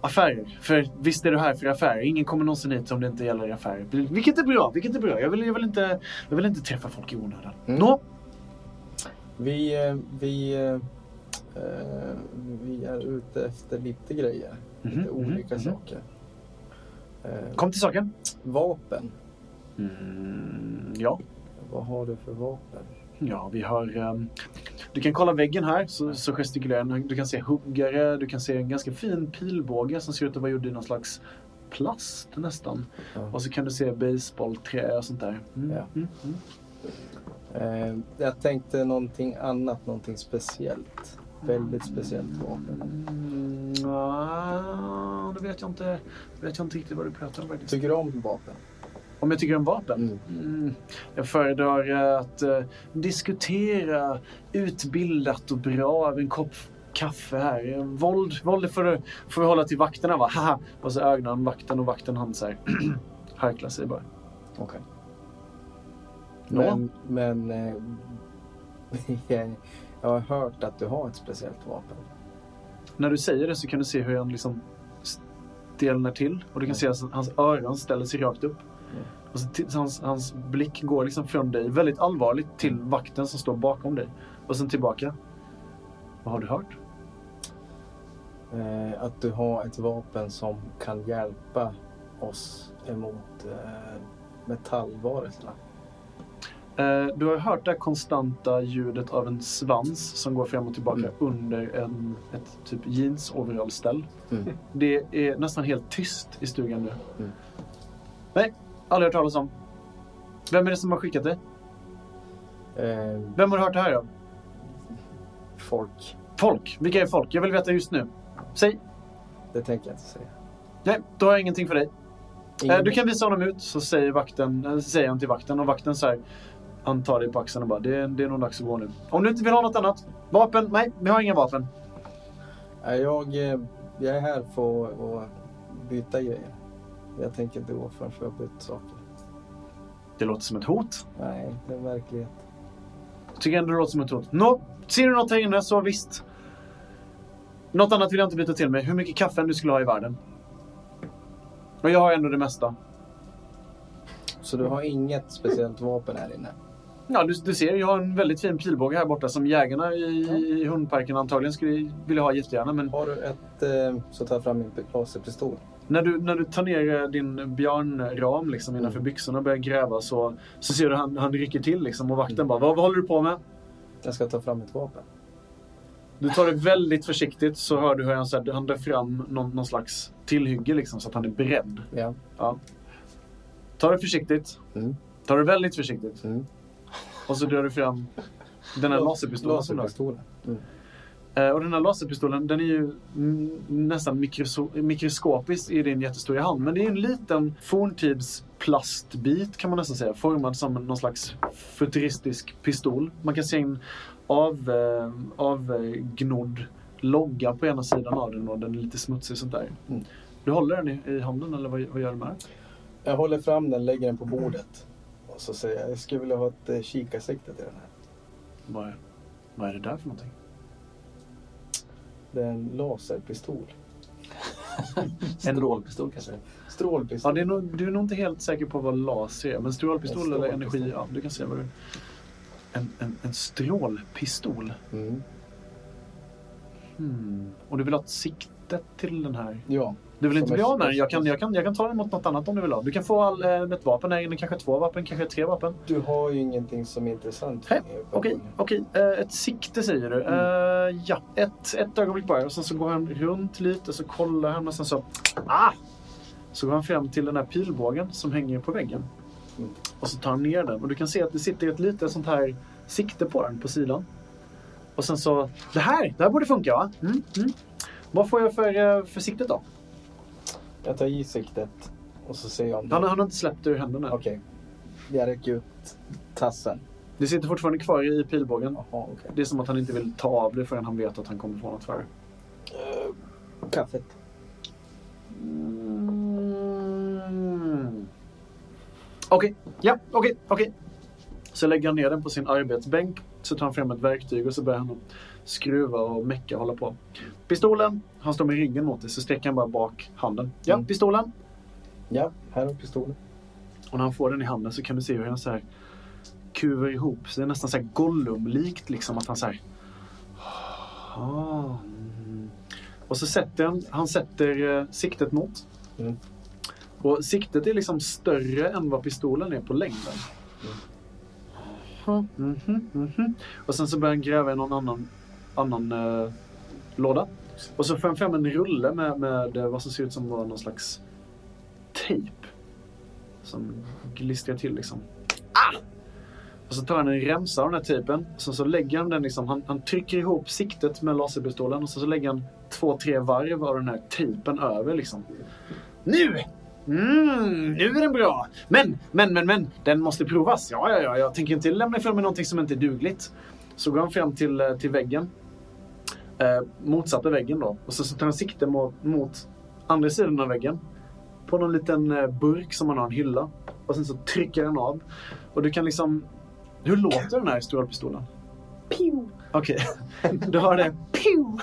Speaker 6: affärer. För visst är du här för affärer. Ingen kommer någonsin hit om det inte gäller affärer. Vilket är bra, vilket är bra. Jag vill, jag vill, inte, jag vill inte träffa folk i onödan.
Speaker 9: Mm.
Speaker 6: Nå,
Speaker 9: Vi, eh, vi, eh, eh, vi är ute efter lite grejer.
Speaker 6: Mhm,
Speaker 9: Lite
Speaker 6: mhm,
Speaker 9: olika
Speaker 6: mhm.
Speaker 9: saker. Eh,
Speaker 6: kom till saken.
Speaker 9: vapen.
Speaker 6: Mm, ja.
Speaker 9: Vad har du för vapen?
Speaker 6: Ja, vi har... ehm, du kan kolla väggen här, så, så gestikulerar den. Du kan se huggare, du kan se en ganska fin pilbåge som ser ut att vara gjord i någon slags plast nästan.
Speaker 9: Ja.
Speaker 6: Och så kan du se baseballträ och sånt där. Mm,
Speaker 9: Ja.
Speaker 6: mm, mm.
Speaker 9: Eh, jag tänkte någonting annat, någonting speciellt. Väldigt speciellt vapen.
Speaker 6: Mm, nja, det vet jag inte. Det vet jag inte riktigt vad du pratar om faktiskt.
Speaker 9: Tycker du om vapen?
Speaker 6: Om jag tycker om vapen? Mm. Jag föredrar eh, att eh, diskutera utbildat och bra över en kopp kaffe här. Eh, Våld, våld får, du- får vi hålla till vakterna va? Haha. Och så ögnar han vakten och vakten han så här harklar sig bara.
Speaker 9: Okej.
Speaker 6: Ja.
Speaker 9: Men, men eh, jag har hört att du har ett speciellt vapen.
Speaker 6: När du säger det så kan du se hur han liksom stelnar till och du kan se att hans öron ställer sig rakt upp. Och så t- så hans, hans blick går liksom från dig väldigt allvarligt till vakten som står bakom dig. Och sen tillbaka. Vad har du hört?
Speaker 9: Eh, att du har ett vapen som kan hjälpa oss emot eh, metallvarelserna.
Speaker 6: Eh, Du har hört det här konstanta ljudet av en svans som går fram och tillbaka under en, ett typ jeans-overallställ.
Speaker 9: Mm.
Speaker 6: Det är nästan helt tyst i stugan nu.
Speaker 9: Mm.
Speaker 6: Nej, aldrig hört talas om. Vem är det som har skickat det?
Speaker 9: Eh,
Speaker 6: Vem har du hört det här av?
Speaker 9: folk,
Speaker 6: Folk. Vilka är folk? Jag vill veta just nu. Säg.
Speaker 9: det tänker jag inte säga.
Speaker 6: Nej, då har jag ingenting för dig. Eh,
Speaker 9: Ingen-
Speaker 6: Du kan visa honom ut, så säger, vakten, eh, säger han till vakten. Och vakten så här, han tar dig på axeln och bara, det, är- det är nog dags att gå nu. Om du inte vill ha något annat. Vapen? Nej, vi har inga vapen.
Speaker 9: Nej, jag, eh, jag är här för att- att byta grejer. Jag tänker inte gå förrän jag har bytt saker.
Speaker 6: Det låter som ett hot.
Speaker 9: Nej, det är verklighet.
Speaker 6: Jag tycker ändå det låter som ett hot. Nå, ser du något här inne så visst. Något annat vill jag inte byta till mig. Hur mycket kaffe än du skulle ha i världen. Och jag har ändå det mesta.
Speaker 9: Så du har inget speciellt vapen här inne?
Speaker 6: Ja, du, du ser, jag har en väldigt fin pilbåge här borta som jägarna i, i hundparken antagligen skulle vilja ha jättegärna. Men
Speaker 9: Har du ett eh, så tar jag fram min laserpistol.
Speaker 6: När du, när du tar ner eh, din björnram liksom innanför byxorna och börjar gräva så, så ser du han, han rycker till liksom och vakten bara vad, vad håller du på med?
Speaker 9: Jag ska ta fram ett vapen.
Speaker 6: Du tar det väldigt försiktigt så hör du hur han, så här, han drar fram någon, någon slags tillhygge liksom så att han är beredd.
Speaker 9: Ja.
Speaker 6: Ja. Ta det försiktigt.
Speaker 9: Mm.
Speaker 6: Ta det väldigt försiktigt.
Speaker 9: Mm.
Speaker 6: Och så drar du fram den här laserpistolen som du har.
Speaker 9: Laserpistolen.
Speaker 6: Eh, Och den här laserpistolen den är ju mm, nästan mikroso- mikroskopisk i din jättestora hand. Men det är en liten forntids plastbit kan man nästan säga. Formad som en- någon slags futuristisk pistol. Man kan se en av, eh, avgnodd logga på ena sidan av den och den är lite smutsig och sånt där.
Speaker 9: Mm.
Speaker 6: Du håller den i, i handen eller vad, vad gör du med den?
Speaker 9: Jag håller fram den, lägger den på bordet. Och så säger jag, jag skulle vilja ha ett eh, kikarsikte till den här.
Speaker 6: Vad är, vad är det där för någonting?
Speaker 9: Det är en laserpistol.
Speaker 8: Strålpistol kanske?
Speaker 6: Ja,
Speaker 9: Strålpistol.
Speaker 6: det är nog, du är nog inte helt säker på vad laser är, men strålpistol
Speaker 9: En
Speaker 6: eller
Speaker 9: strålpistol.
Speaker 6: energi, ja, du kan se vad du... En, en, en strålpistol?
Speaker 9: Mm.
Speaker 6: Hmm. Och du vill ha ett sikte? knutet till den här.
Speaker 9: Ja.
Speaker 6: Du vill inte
Speaker 9: Som
Speaker 6: bli
Speaker 9: ett-
Speaker 6: av med den? Jag kan, jag, kan, jag kan ta den mot något annat om du vill ha. Du kan få all, eh, ett vapen här inne, kanske två vapen, kanske tre vapen.
Speaker 9: Du har ju ingenting som är intressant.
Speaker 6: Nej,
Speaker 9: mig, på
Speaker 6: Okej,
Speaker 9: gången.
Speaker 6: okej. Eh, ett sikte säger du. Eh, ja, ett, ett ögonblick bara. Och sen så går han runt lite, så kollar han och sen så... Ah! Så går han fram till den här pilbågen som hänger på väggen. Och så tar han ner den. Och du kan se att det sitter ett litet sånt här sikte på den på sidan. Och sen så... Det här! Det här borde funka va? Mm, mm. Vad får jag för, eh, för siktet då?
Speaker 9: Jag tar i siktet och så ser jag om det...
Speaker 6: Han, han har inte släppt ur händerna.
Speaker 9: Okej. Jag räcker ut tassen.
Speaker 6: Det sitter fortfarande kvar i pilbågen.
Speaker 9: Jaha, okej.
Speaker 6: Det är som att han inte vill ta av det förrän han vet att han kommer få något för det.
Speaker 9: Eh, Kaffet.
Speaker 6: Mm. Okej, ja, okej, okej. Så lägger han ner den på sin arbetsbänk, så tar han fram ett verktyg och så börjar han att skruva och mecka och hålla på. Pistolen, han står med ryggen mot dig, så sträcker han bara bak handen. Ja,
Speaker 9: Mm.
Speaker 6: pistolen.
Speaker 9: Ja, här har pistolen.
Speaker 6: Och när han får den i handen så kan du se hur han så här kuvar ihop sig. Det är nästan så här Gollum-likt liksom att han så här... Ah, mm. Och så sätter han, han sätter eh, siktet mot.
Speaker 9: Mm.
Speaker 6: Och siktet är liksom större än vad pistolen är på längden. Mm. mhm, mhm. Och sen så börjar han gräva i någon annan, annan eh, låda. Och så får han fram en rulle med, med eh, vad som ser ut som var någon slags tejp som glistrar till liksom. Ah! Och så tar han en remsa av den här typen. Och sen så lägger han den liksom, han, han trycker ihop siktet med laserpistolen och sen så lägger han två, tre varv av den här typen över liksom. Nu! Mm, nu är den bra! Men, men, men, men, den måste provas. Ja, ja, ja, jag tänker inte lämna ifrån mig någonting som inte är dugligt. Så går han fram till, eh, till väggen. Eh, motsatta väggen då. Och sen så tar han sikte mot, mot andra sidan av väggen på någon liten eh, burk som man har en hylla. Och sen så trycker den av. Och du kan liksom... Hur låter den här strålpistolen? Pew! Okej, du hör det. Pew!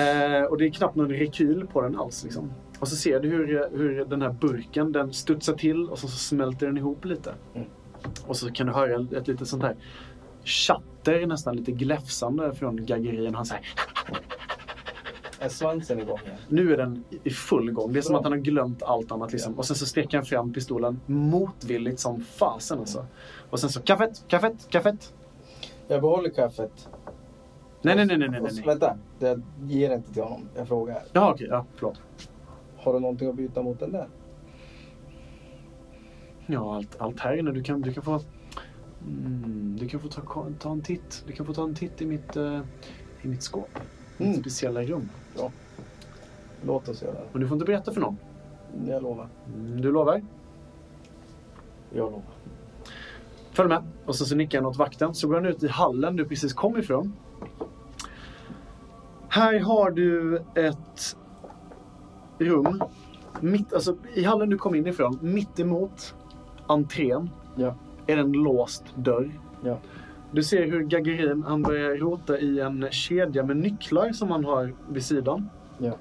Speaker 6: Eh, och det är knappt någon rekyl på den alls. Liksom. Och så ser du hur, eh, hur den här burken den studsar till och så, så smälter den ihop lite. Och så kan du höra ett litet sånt här chatter, nästan lite gläfsande från gaggerien. Han säger
Speaker 9: Är svansen igång igen?
Speaker 6: nu är den i full gång. Det är som att han har glömt allt annat. Liksom. Och sen så sträcker han fram pistolen motvilligt som fasen. Alltså. Och sen så kaffet, kaffet, kaffet.
Speaker 9: Jag behåller kaffet.
Speaker 6: Nej, nej, nej, nej, nej.
Speaker 9: Och så-
Speaker 6: nej.
Speaker 9: Vänta, jag ger inte till honom. Jag frågar.
Speaker 6: Ja, okej, ja, förlåt.
Speaker 9: Har du någonting att byta mot den där?
Speaker 6: Ja, allt, allt här inne. Du kan, du kan få... Mm, du kan få ta, ta en titt. Du kan få ta en titt i mitt, eh, i mitt skåp. Mitt
Speaker 9: Mm.
Speaker 6: speciella rum.
Speaker 9: Låt oss göra det.
Speaker 6: Men du får inte berätta för någon.
Speaker 9: Jag lovar.
Speaker 6: Mm, du lovar?
Speaker 9: Jag lovar.
Speaker 6: Följ med. Och så, så nickar han åt vakten. Så går han ut i hallen du precis kom ifrån. Här har du ett rum. Mitt, alltså, I hallen du kom in ifrån, mitt emot entrén,
Speaker 9: Ja.
Speaker 6: är det en låst dörr.
Speaker 9: Ja.
Speaker 6: Du ser hur Gagarin han börjar rota i en kedja med nycklar som han har vid sidan.
Speaker 9: Ja.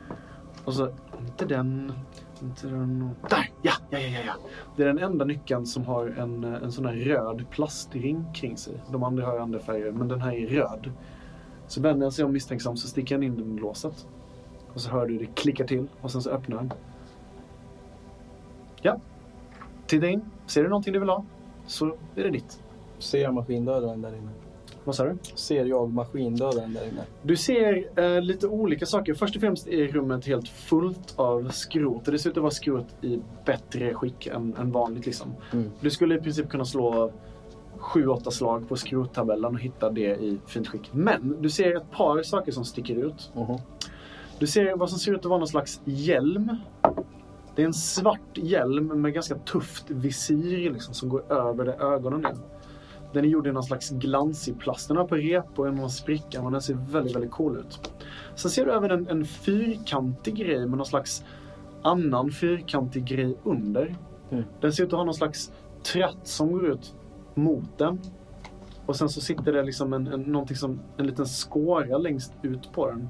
Speaker 6: Och så, inte den, inte den. och- Där! Ja, ja, ja, ja, ja. Det är den enda nyckeln som har en, eh, en sån här röd plastring kring sig. De andra har andra färger, men den här är röd. Så vänder han sig om misstänksam så sticker han in den i låset. Och så hör du det klicka till och sen så öppnar han. Ja. Titta in. Ser du någonting du vill ha så är det ditt.
Speaker 9: Ser jag maskindödaren där inne?
Speaker 6: Vad sa du?
Speaker 9: Ser jag maskindödaren där inne?
Speaker 6: Du ser eh, lite olika saker. Först och främst är rummet helt fullt av skrot. Och Det ser ut att vara skrot i bättre skick än, än vanligt. Liksom.
Speaker 9: Mm.
Speaker 6: Du skulle i princip kunna slå 7-8 slag på skrottabellen och hitta det i fint skick. Men du ser ett par saker som sticker ut.
Speaker 9: Mhm.
Speaker 6: Du ser vad som ser ut att vara någon slags hjälm. Det är en svart hjälm med ganska tufft visir liksom, som går över där ögonen är. Den är gjord i någon slags glansig plast. Den har på rep och en spricka och den ser väldigt, väldigt cool ut. Sen ser du även en, en fyrkantig grej med någon slags annan fyrkantig grej under.
Speaker 9: Mm.
Speaker 6: Den ser ut att ha någon slags tratt som går ut mot den. Och sen så sitter det liksom en, en, någonting som, en liten skåra längst ut på den.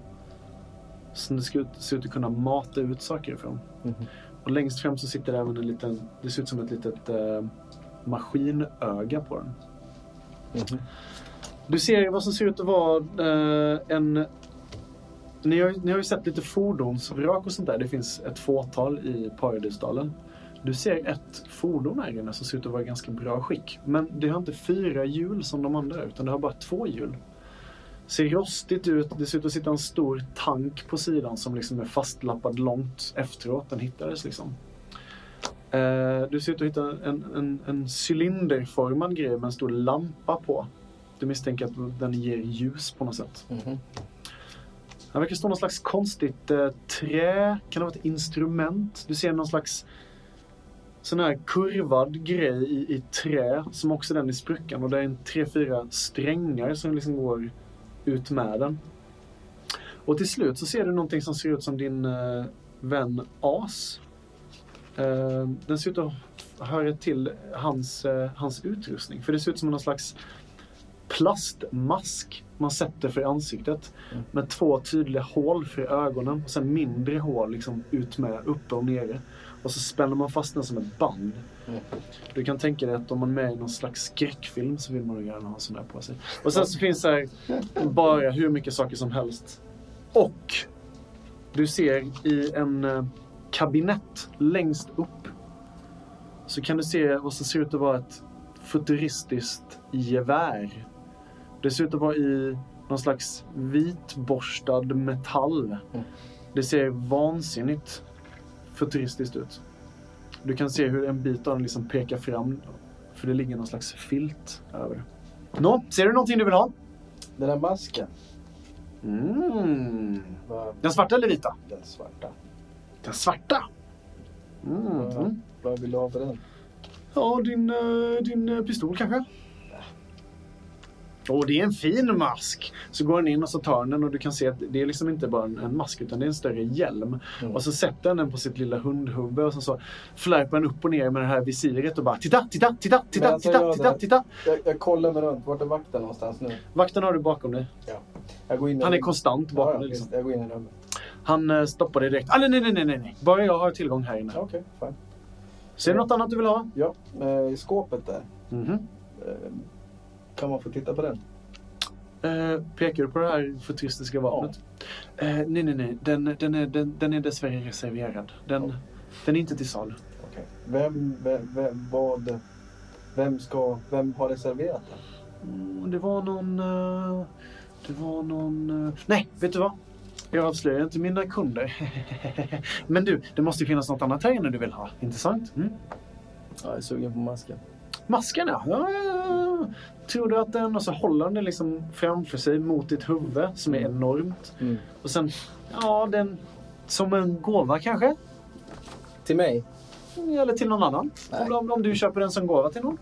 Speaker 6: Som det ser ut, ser ut att kunna mata ut saker ifrån.
Speaker 9: Mhm.
Speaker 6: Och längst fram så sitter det även en liten, det ser ut som ett litet eh, maskinöga på den. Du ser vad som ser ut att vara eh, en Ni har, ju- ni har ju sett lite fordonsvrak och sånt där. Det finns ett fåtal i Paradisdalen. Du ser ett fordon här inne som ser ut att vara i ganska bra skick. Men det har inte fyra hjul som de andra, utan det har bara två hjul. Ser rostigt ut. Det ser ut att sitta en stor tank på sidan som liksom är fastlappad långt efteråt den hittades. Liksom. Eh, du ser ut att hitta en, en, en cylinderformad grej med en stor lampa på. Du misstänker att den ger ljus på något sätt. Här verkar stå någon slags konstigt eh, trä. Kan det vara ett instrument? Du ser någon slags sån här kurvad grej i, i trä som också är den i spruckan. Och det är en tre, fyra strängar som liksom går ut med den. Och till slut så ser du någonting som ser ut som din eh, vän As. Eh, den ser ut att höra till hans, eh, hans utrustning. För det ser ut som någon slags plastmask man sätter för ansiktet med två tydliga hål för ögonen och sen mindre hål liksom ut med uppe och nere. Och så spänner man fast den som ett band. Du kan tänka dig att om man är med i någon slags skräckfilm så vill man ju gärna ha en sån där på sig. Och sen så finns det här bara hur mycket saker som helst. Och du ser i en eh, kabinett längst upp så kan du se vad som ser ut att vara ett futuristiskt gevär. Det ser ut att vara i någon slags vitborstad metall. Det ser vansinnigt futuristiskt ut. Du kan se hur en bit av den liksom pekar fram. För det ligger någon slags filt över det. Nå, ser du någonting du vill ha?
Speaker 9: Den där masken,
Speaker 6: Mm.
Speaker 9: vad,
Speaker 6: Den svarta eller vita?
Speaker 9: den svarta.
Speaker 6: Den svarta! Mm.
Speaker 9: Vad vill du ha för den?
Speaker 6: Ja, din, eh, din eh, pistol kanske? Åh, det är en fin mask! Så går den in och så tar den den och du kan se att det är liksom inte bara en, en mask utan det är en större hjälm.
Speaker 9: Mm.
Speaker 6: Och så sätter han den på sitt lilla hundhuvud och så, så flärpar han upp och ner med det här visiret och bara titta, titta, titta, titta,
Speaker 9: alltså,
Speaker 6: titta,
Speaker 9: jag-
Speaker 6: titta, titta.
Speaker 9: Jag, jag kollar mig runt. Vart är vakten någonstans nu?
Speaker 6: Vakten har du bakom dig.
Speaker 9: Jag går in i
Speaker 6: Han är
Speaker 9: rummet.
Speaker 6: konstant
Speaker 9: ja,
Speaker 6: bakom
Speaker 9: ja,
Speaker 6: dig. Liksom.
Speaker 9: visst, Jag går in i rummet.
Speaker 6: Han eh, stoppar dig direkt. Ah, nej, nej, nej, nej, nej, nej. Bara jag har tillgång här inne.
Speaker 9: Okej, fine.
Speaker 6: Ser du något annat du vill ha?
Speaker 9: Ja, eh, i skåpet där.
Speaker 6: Mhm.
Speaker 9: Eh, Kan man få titta på den?
Speaker 6: Eh, pekar du på det här futuristiska vapnet? Eh, nej, nej, nej. Den, den, är, den, den är dessvärre reserverad. Den, den är inte till salu.
Speaker 9: Okej. Vem, vem, vem, vad, vem ska, vem har reserverat den?
Speaker 6: Mm, det var någon... eh, det var någon... eh, nej, vet du vad? Jag avslöjar inte mina kunder. Men du, det måste ju finnas något annat här inne du vill ha. Intressant. Mm.
Speaker 9: Ja, jag är sugen på masken.
Speaker 6: Masken ja. ja, ja, ja. Tror du att den... Och så håller den den liksom framför sig mot ditt huvud som är enormt.
Speaker 9: Mm.
Speaker 6: Och sen... Ja, den... Som en gåva kanske?
Speaker 9: Till mig?
Speaker 6: Eller till någon annan.
Speaker 9: Nej.
Speaker 6: Om, om du köper den som gåva till någon.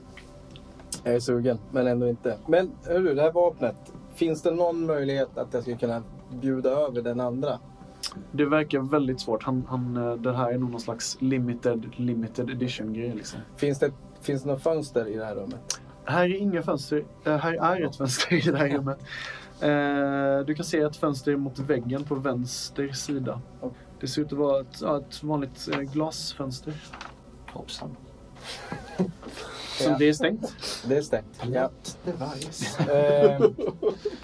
Speaker 9: Jag är sugen, men ändå inte. Men hörru, det här vapnet. Finns det någon möjlighet att jag skulle kunna bjuda över den andra?
Speaker 6: Det verkar väldigt svårt. Han, han, eh, det här är nog någon slags limited, limited edition-grej. Liksom.
Speaker 9: Finns det, finns det något fönster i det här rummet?
Speaker 6: Här är inga fönster. eh, Här är ett fönster i det här rummet. Eh, Du kan se ett fönster mot väggen på vänster sida. Det ser ut att vara ett, ja, ett vanligt eh, glasfönster.
Speaker 8: Hoppsan.
Speaker 6: Så det är stängt.
Speaker 9: Det är stängt. Ja.
Speaker 7: Det varje
Speaker 9: Eh,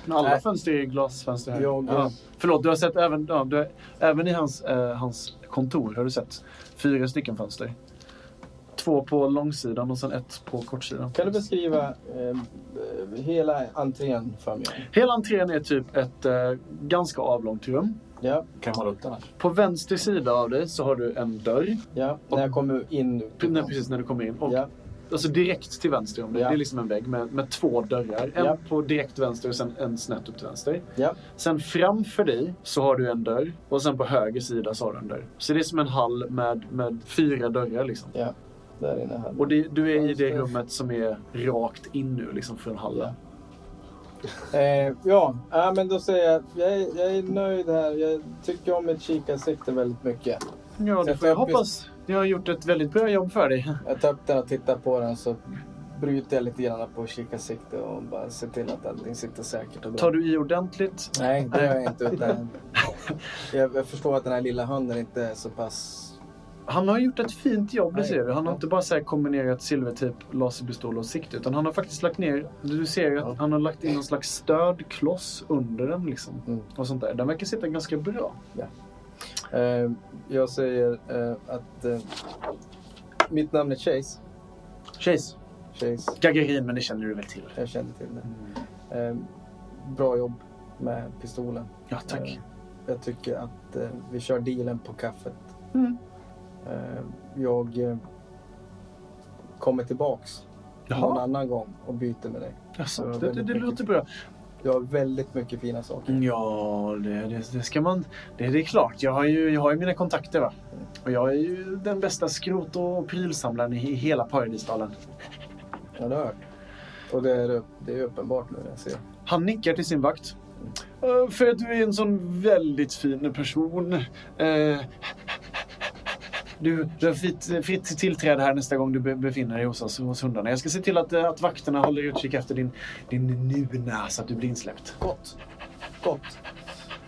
Speaker 6: Men alla
Speaker 9: Nej.
Speaker 6: fönster är glasfönster här.
Speaker 9: Jag-
Speaker 6: ja. Förlåt, du har sett även, ja, du, har- även i hans, eh, hans kontor har du sett fyra stycken fönster. Två på långsidan och sen ett på kortsidan.
Speaker 9: kan du beskriva eh, hela entrén för mig?
Speaker 6: Hela entrén är typ ett eh, ganska avlångt rum.
Speaker 9: Ja,
Speaker 8: Kan man runt annars?
Speaker 6: På vänster sida av dig så har du en dörr.
Speaker 9: ja. När jag kommer in nu.
Speaker 6: Pre- när- Precis när du kommer in. Och,
Speaker 9: Ja.
Speaker 6: Alltså direkt till vänster om dig.
Speaker 9: Ja.
Speaker 6: Det är liksom en vägg med, med två dörrar. En
Speaker 9: Ja.
Speaker 6: på direkt vänster och sen en snett upp till vänster.
Speaker 9: Ja.
Speaker 6: Sen framför dig så har du en dörr och sen på höger sida så har du en dörr. Så det är som en hall med, med fyra dörrar liksom.
Speaker 9: ja, där inne här.
Speaker 6: Och det, du är i det rummet som är rakt in nu liksom från hallen.
Speaker 9: Eh, ja, ja, men då säger jag jag är, jag är nöjd här. Jag tycker om mitt kikarsikte väldigt mycket.
Speaker 6: Ja, det
Speaker 9: Sätt
Speaker 6: får jag
Speaker 9: upp just-
Speaker 6: hoppas. Jag har gjort ett väldigt bra jobb för dig.
Speaker 9: Jag tar upp den och tittar på den så bryter jag lite grann på kikarsikte och bara ser till att allting sitter säkert och bra.
Speaker 6: Tar du i ordentligt?
Speaker 9: Nej, det gör jag inte. Utan jag, jag förstår att den här lilla hunden inte är så pass
Speaker 6: Han har gjort ett fint jobb, det ser du. Han har inte bara så här kombinerat silvertejp, laserpistol och sikte, utan han har faktiskt lagt ner... Du ser ju att han har lagt in någon slags stödkloss under den liksom.
Speaker 9: Mm.
Speaker 6: Och sånt där. Den verkar sitta ganska bra.
Speaker 9: Eh, jag säger eh, att eh, mitt namn är Chase.
Speaker 6: Chase.
Speaker 9: Chase,
Speaker 6: Gagarin, men det känner du väl till?
Speaker 9: jag känner till det. Eh, bra jobb med pistolen.
Speaker 6: Ja, tack.
Speaker 9: Eh, jag tycker att eh, vi kör dealen på kaffet.
Speaker 6: Mm.
Speaker 9: Eh, jag eh, kommer tillbaks någon
Speaker 6: Jaha,
Speaker 9: annan gång och byter med dig.
Speaker 6: alltså, det, det, det låter bra. Mm,
Speaker 9: Jag har väldigt mycket fina saker.
Speaker 6: Ja, det, det, det ska man... Det, det är klart. Jag har, ju, jag har ju mina kontakter, va. Och jag är ju den bästa skrot och prylsamlaren i hela Paradisdalen.
Speaker 9: Ja, det har jag hört. Och det är, det är uppenbart nu när jag ser.
Speaker 6: Han nickar till sin vakt. "Eh, För att du är en sån väldigt fin person. Eh, Du, du har fritt, fritt tillträde här nästa gång du be- befinner dig hos oss, hos hundarna. Jag ska se till att, eh, att vakterna håller utkik efter din, din nuna så att du blir insläppt.
Speaker 9: Gott. Gott.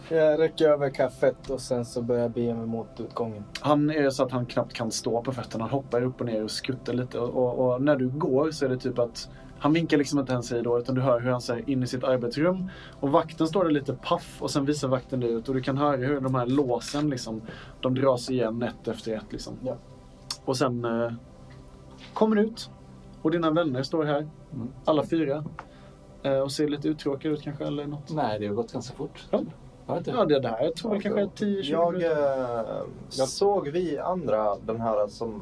Speaker 9: Jag räcker över kaffet och sen så börjar jag bege mig mot utgången.
Speaker 6: Han är så att han knappt kan stå på fötterna. Han hoppar upp och ner och skuttar lite. Och, och, och när du går så är det typ att han vinkar liksom inte ens hej då, utan du hör hur han säger in i sitt arbetsrum. Och vakten står där lite paff och sen visar vakten dig ut och du kan höra hur de här låsen liksom, de dras igen ett efter ett liksom.
Speaker 9: Ja.
Speaker 6: Och sen eh, kommer du ut och dina vänner står här, alla fyra. Eh, och ser lite uttråkade ut kanske eller något.
Speaker 8: Nej, det har gått ganska fort.
Speaker 6: Ja.
Speaker 8: Har det inte?
Speaker 6: Ja, det där jag tror väl kanske 10-20
Speaker 7: Jag,
Speaker 6: minuter.
Speaker 7: eh, jag såg vi andra den här som...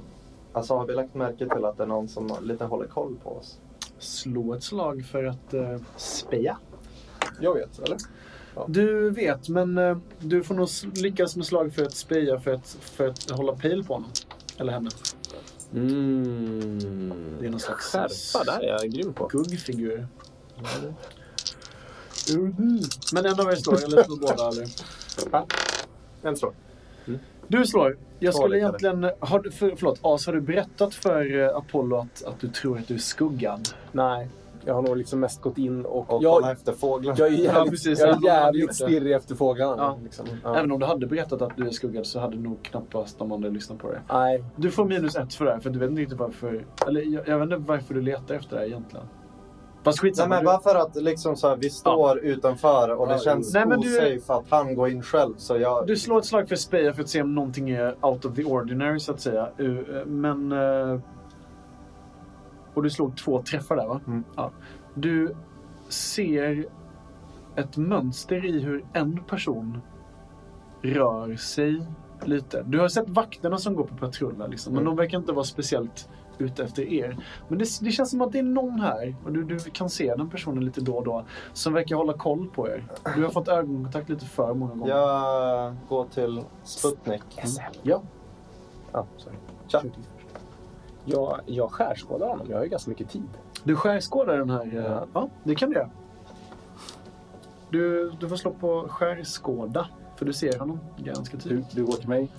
Speaker 7: Alltså har vi lagt märke till att det är någon som lite håller koll på oss?
Speaker 6: Slå ett slag för att eh, speja.
Speaker 4: Jag vet, eller?
Speaker 6: Du vet, men eh, du får nog s- lyckas med slag för att speja för att, för att hålla pil på honom. Eller henne.
Speaker 10: Mm.
Speaker 4: Mm.
Speaker 6: Det är någon slags
Speaker 10: Skärpa, där är jag grym på.
Speaker 6: skuggfigur. Mhm. Men en av er slår, eller slår båda? Eller?
Speaker 4: En slår.
Speaker 6: Du slår. Jag
Speaker 7: Två
Speaker 6: skulle
Speaker 7: lyckade.
Speaker 6: egentligen... Har du, för, förlåt, As, har du berättat för eh, Apollo att, att du tror att du är skuggad?
Speaker 4: Nej. Jag har nog liksom mest gått in och...
Speaker 7: Och kolla
Speaker 4: jag,
Speaker 7: efter fåglarna.
Speaker 4: jag är
Speaker 6: Ja,
Speaker 4: jävligt,
Speaker 6: precis.
Speaker 4: jag
Speaker 6: Ja,
Speaker 4: är jävligt
Speaker 6: det hade jag
Speaker 4: stirrig efter fåglarna.
Speaker 6: Ja.
Speaker 4: Liksom.
Speaker 10: Mm.
Speaker 4: Ja.
Speaker 6: Även om du hade berättat att du är skuggad så hade nog knappast de andra lyssnat på det.
Speaker 4: Nej.
Speaker 6: Du får minus ett för det här, för du vet inte riktigt varför... Eller jag, jag vet inte varför du letar efter det här egentligen. Fast
Speaker 7: Nej,
Speaker 6: skitsamma.
Speaker 7: men
Speaker 6: du-
Speaker 7: bara för att liksom så här, vi står utanför och det
Speaker 4: Ja,
Speaker 7: känns
Speaker 6: jo. Nej, men du-
Speaker 7: osafe att han går in själv. Så jag...
Speaker 6: Du slår ett slag för speja för att se om någonting är out of the ordinary så att säga. Uh, Men... eh, Och du slog två träffar där va?
Speaker 7: Mm.
Speaker 6: Ja. Du ser ett mönster i hur en person rör sig lite. Du har sett vakterna som går på patrull här, liksom, men de verkar inte vara speciellt ute efter er. Men det, det känns som att det är någon här, och du, du kan se den personen lite då och då, som verkar hålla koll på er. Du har fått ögonkontakt lite för många gånger.
Speaker 7: Jag går till Sputnik.
Speaker 6: Ja.
Speaker 7: Ja, sorry. Tja.
Speaker 10: Jag, jag skärskådar honom, jag har ju ganska mycket tid.
Speaker 6: Du skärskådar den här... eh,
Speaker 10: Ja.
Speaker 6: Ja, det kan du göra. Du, du får slå på skärskåda, för du ser honom ganska
Speaker 8: Du,
Speaker 6: tydligt.
Speaker 8: du går till mig.